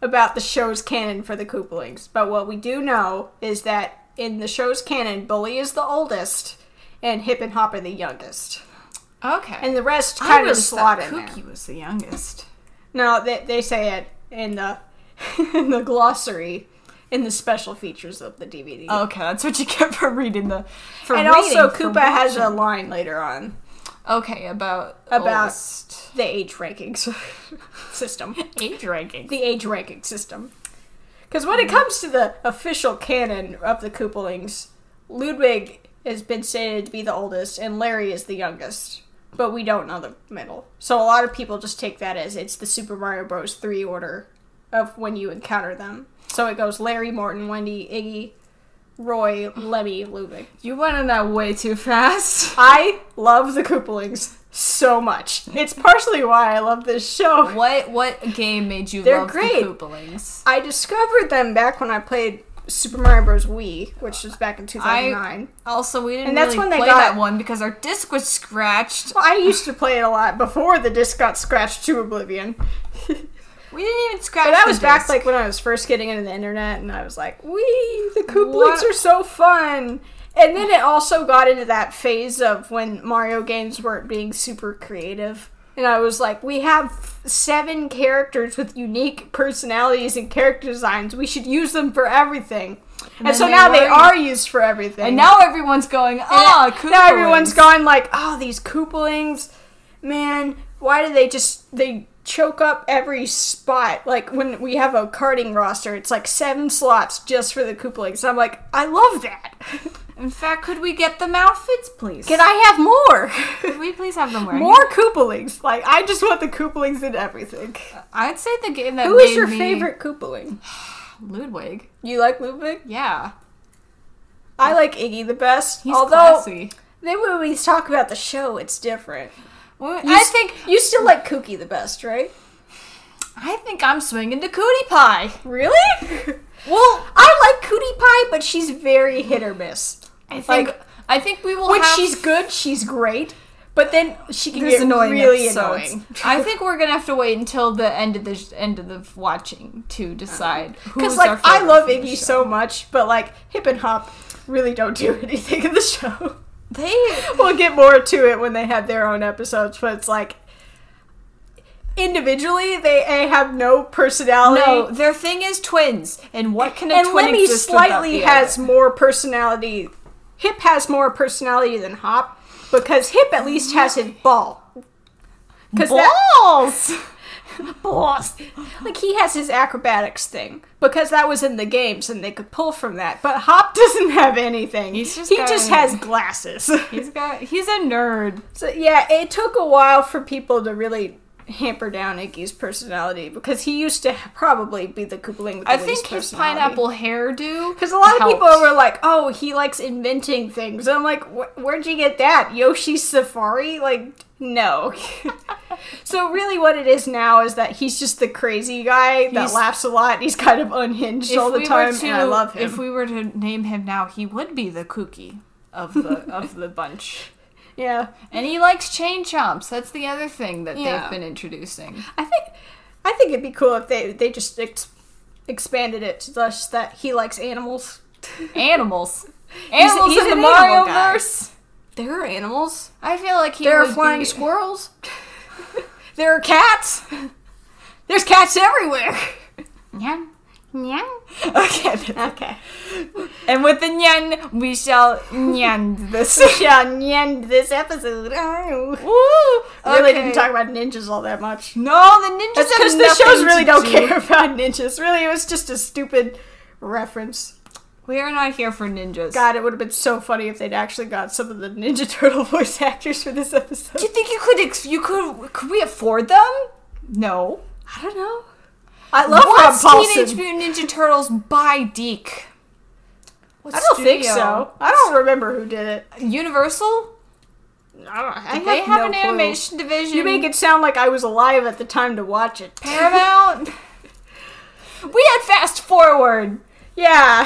S4: about the show's canon for the Koopalings, but what we do know is that in the show's canon, Bully is the oldest, and Hip and Hop are the youngest,
S3: Okay.
S4: and the rest
S3: I
S4: kind of
S3: was
S4: slot
S3: thought
S4: in there.
S3: Cookie was the youngest.
S4: No, they, they say it in the in the glossary in the special features of the DVD.
S3: Okay, that's what you get for reading the. Oh, For
S4: and
S3: reading,
S4: also,
S3: for
S4: Koopa has a
S3: watching.
S4: line later on
S3: Okay, about
S4: About-
S3: oldest
S4: the age rankings system,
S3: age ranking. Mm-hmm.
S4: the age ranking system. Because when it comes to the official canon of the Koopalings, Ludwig has been stated to be the oldest, and Larry is the youngest. But we don't know the middle, so a lot of people just take that as it's the Super Mario Bros. three order of when you encounter them. So it goes Larry, Morton, Wendy, Iggy, Roy, Lemmy, Ludwig.
S3: You went on that way too fast.
S4: I love the Koopalings so much. It's partially why I love this show.
S3: What what game made you
S4: They're
S3: love
S4: great.
S3: the Koopalings?
S4: I discovered them back when I played Super Mario Bros. Wii, which was back in 2009.
S3: Also, we didn't
S4: And that's
S3: really
S4: when they
S3: play
S4: got-
S3: that one because our disc was scratched.
S4: Well, I used to play it a lot before the disc got scratched to oblivion.
S3: We didn't even scratch.
S4: But that
S3: the
S4: was back
S3: disc.
S4: like when I was first getting into the internet, and I was like, "Wee, the Koopalings
S3: What?
S4: are so fun." And then it also got into that phase of when Mario games weren't being super creative, and I was like, "We have seven characters with unique personalities and character designs. We should use them for everything." And, so
S3: they
S4: now they
S3: were-
S4: are used for everything.
S3: And now everyone's going, ah, Koopalings.
S4: Now everyone's gone like, oh, these Koopalings, man, why do they just they choke up every spot? Like when we have a karting roster, it's like seven slots just for the Koopalings. I'm like, I love that.
S3: In fact, could we get them outfits, please?
S4: Can I have more?
S3: Could we please have them wearing?
S4: more Koopalings. Like I just want the Koopalings in everything.
S3: I'd say the game that
S4: Who is
S3: made
S4: your
S3: me-
S4: favorite Koopaling?
S3: Ludwig.
S4: You like Ludwig?
S3: Yeah,
S4: I like Iggy the best.
S3: he's
S4: Although
S3: classy.
S4: then when we talk about the show, it's different.
S3: Well,
S4: You
S3: I
S4: s-
S3: think
S4: you still like Kooky the best, right?
S3: I think I'm swinging to Cootie Pie.
S4: Really?
S3: Well,
S4: I like Cootie Pie, but she's very hit or miss.
S3: I think
S4: like,
S3: I think we will
S4: When
S3: have.
S4: she's good, she's great, but then she can
S3: There's
S4: get
S3: annoying
S4: really
S3: episodes.
S4: annoying.
S3: I think we're gonna have to wait until the end of the sh- end of the watching to decide
S4: Because
S3: who's our
S4: Uh, like
S3: favorite
S4: I love
S3: from the
S4: Iggy
S3: show.
S4: so much, but like Hip and Hop really don't do anything in the show.
S3: They
S4: we'll get more to it when they have their own episodes, but it's like individually they, they have no personality.
S3: No, their thing is twins, and what can a
S4: and
S3: twin
S4: Lemmy
S3: exist
S4: slightly
S3: without the
S4: has more personality. Hip has more personality than Hop because Hip at least has his ball. Because
S3: balls?
S4: balls. Like he has his acrobatics thing because that was in the games and they could pull from that. But Hop doesn't have anything.
S7: He's just
S4: he
S7: got
S4: just
S7: a-
S4: has glasses.
S7: He's got he's a nerd.
S4: so yeah, it took a while for people to really hamper down Iggy's personality because he used to probably be the Koopling with the
S3: I
S4: least
S3: think his
S4: personality.
S3: pineapple hairdo.
S4: Because a lot of people
S3: helped.
S4: were like, "Oh, he likes inventing things." I'm like, "Wh- "Where'd you get that, Yoshi Safari?" Like, no. so really, what it is now is that he's just the crazy guy that
S3: He's-
S4: laughs a lot. He's kind of unhinged all the
S7: were
S4: time, and I love him.
S7: If we were to name him now, he would be the kooky
S3: of the of the bunch.
S4: yeah,
S3: And he likes chain chomps. That's the other thing that
S4: Yeah.
S3: they've been introducing.
S4: I think I think it'd be cool if they they just ex- expanded it to just that he likes animals.
S3: Animals. Animals
S4: he's
S3: in the
S4: an animal guy.
S3: Marioverse.
S4: There are animals.
S3: I feel like he
S4: There are
S3: would
S4: flying
S3: be-
S4: squirrels. there are cats. There's cats everywhere.
S3: Nyan. Nyan.
S4: okay. Okay.
S3: And with the nyan, we shall nyan this.
S4: shall end this episode. Oh.
S3: Woo!
S4: Really
S3: Okay.
S4: didn't talk about ninjas all that much.
S3: No, the ninjas
S4: That's
S3: have
S4: because the
S3: nothing
S4: shows
S3: to
S4: really don't
S3: do.
S4: care about ninjas. Really, it was just a stupid reference.
S3: We are not here for ninjas.
S4: God, it would have been so funny if they'd actually got some of the Ninja Turtle voice actors for this episode.
S3: Do you think you could ex- you could could we afford them? No.
S4: I don't know. I love Rob
S3: What's
S4: Paulson.
S3: Teenage Mutant Ninja Turtles by Deke? What
S4: I don't think
S3: studio?
S4: so. I don't remember who did it.
S3: Universal?
S4: I don't. I
S3: They have
S4: no
S3: an
S4: clue.
S3: animation division.
S4: You make it sound like I was alive at the time to watch it.
S3: Paramount. we had Fast Forward,
S4: Yeah,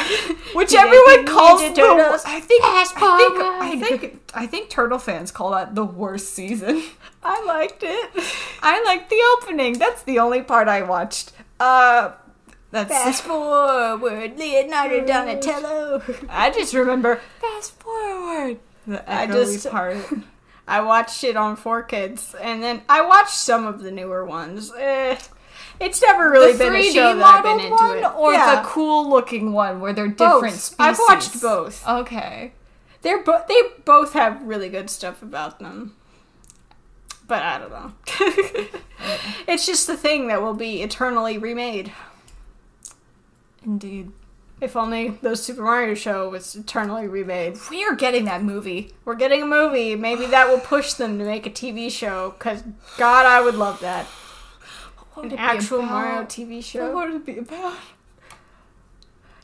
S3: which
S4: Teenage
S3: everyone
S4: Mutant
S3: calls
S4: Ninja
S3: the.
S4: Turtles.
S3: I think.
S7: Fast
S4: Oh,
S3: I think. I think. I think Turtle fans call that the worst season.
S4: I liked it.
S3: I like the opening. That's the only part I watched. Uh, that's.
S4: Fast forward, Leonardo Donatello.
S3: I just remember fast forward. The
S4: I
S3: I
S4: just-
S3: part.
S4: I watched it on Four Kids, and then I watched some of the newer ones. Eh, it's never really
S3: the
S4: been a
S3: 3D
S4: show that I've been
S3: modeled
S4: into
S3: one
S4: it.
S3: or
S4: Yeah,
S3: the cool looking one where they're
S4: both.
S3: different species.
S4: I've watched both.
S3: Okay.
S4: They're bo- they both have really good stuff about them, but I don't know. it's just the thing that will be eternally remade.
S3: Indeed.
S4: If only the Super Mario show was eternally remade.
S3: We are getting that movie.
S4: We're getting a movie. Maybe that will push them to make a TV show. Cause God, I would love that. An actual Mario TV show.
S3: What would it be about?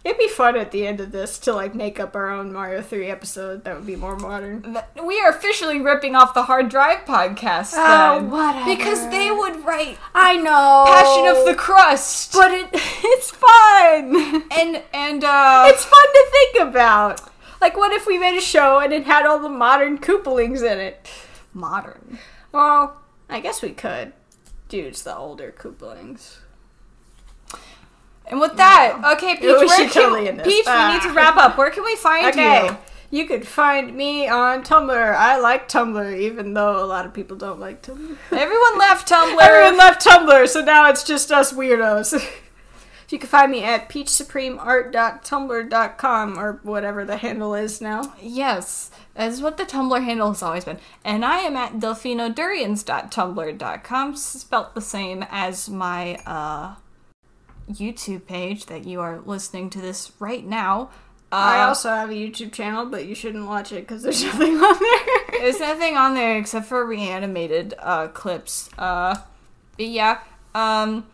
S4: It'd be fun at the end of this to like make up our own Mario 3 episode that would be more modern.
S3: Th- We are officially ripping off the Hard Drive podcast. then.
S4: Oh, whatever.
S3: Because they would write
S4: I know.
S3: Passion of the Crust.
S4: But it it's fun.
S3: and and uh
S4: It's fun to think about. Like what if we made a show and it had all the modern Koopalings in it?
S3: modern.
S4: Well, I guess we could. Dude's the older Koopalings.
S3: And with that, okay, Peach,
S4: Yeah, we
S3: where
S4: should
S3: can-
S4: totally end this. Ah.
S3: Peach, we need to wrap up. Where can we find
S4: Okay.
S3: you?
S4: You could find me on Tumblr. I like Tumblr, even though a lot of people don't like Tumblr.
S3: Everyone left Tumblr.
S4: Everyone left Tumblr, so now it's just us weirdos. you can find me at peachsupremeart.tumblr.com or whatever the handle is now.
S3: Yes, that's what the Tumblr handle has always been. And I am at delfinodurians.tumblr.com, spelt the same as my uh, YouTube page that you are listening to this right now.
S4: I
S3: Uh,
S4: also have a YouTube channel, but you shouldn't watch it because there's nothing on there.
S3: there's nothing on there except for reanimated uh, clips. Uh, but yeah, um,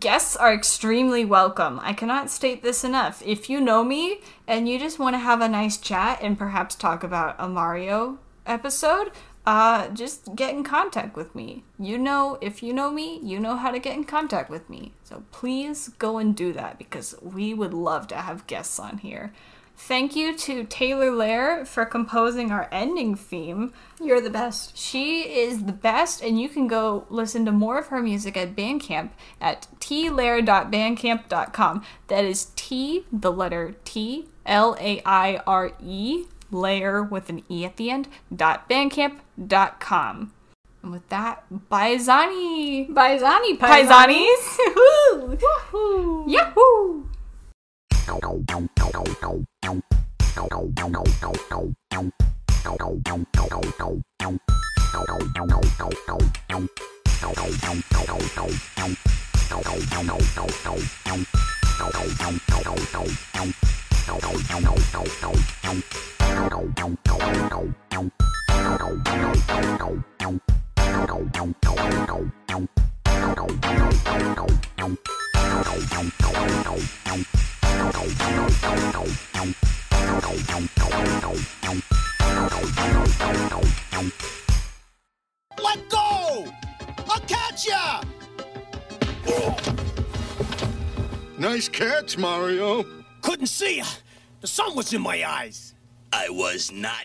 S3: guests are extremely welcome. I cannot state this enough. If you know me and you just want to have a nice chat and perhaps talk about a Mario episode, uh, just get in contact with me. You know, if you know me, you know how to get in contact with me. So please go and do that because we would love to have guests on here. Thank you to Taylor Lair for composing our ending theme.
S4: You're the best.
S3: She is the best, and you can go listen to more of her music at Bandcamp at tlair.bandcamp.com. That is T, the letter T, L A I R E, layer with an E at the end, dot bandcamp.com. And with that, bye Zani.
S4: Paisani,
S3: Bye
S4: Paisani.
S3: Zani's. Woohoo! Yahoo!
S1: Let go! I'll catch ya!
S8: Nice catch, Mario.
S10: Couldn't see ya. The sun was in my eyes.
S11: I was not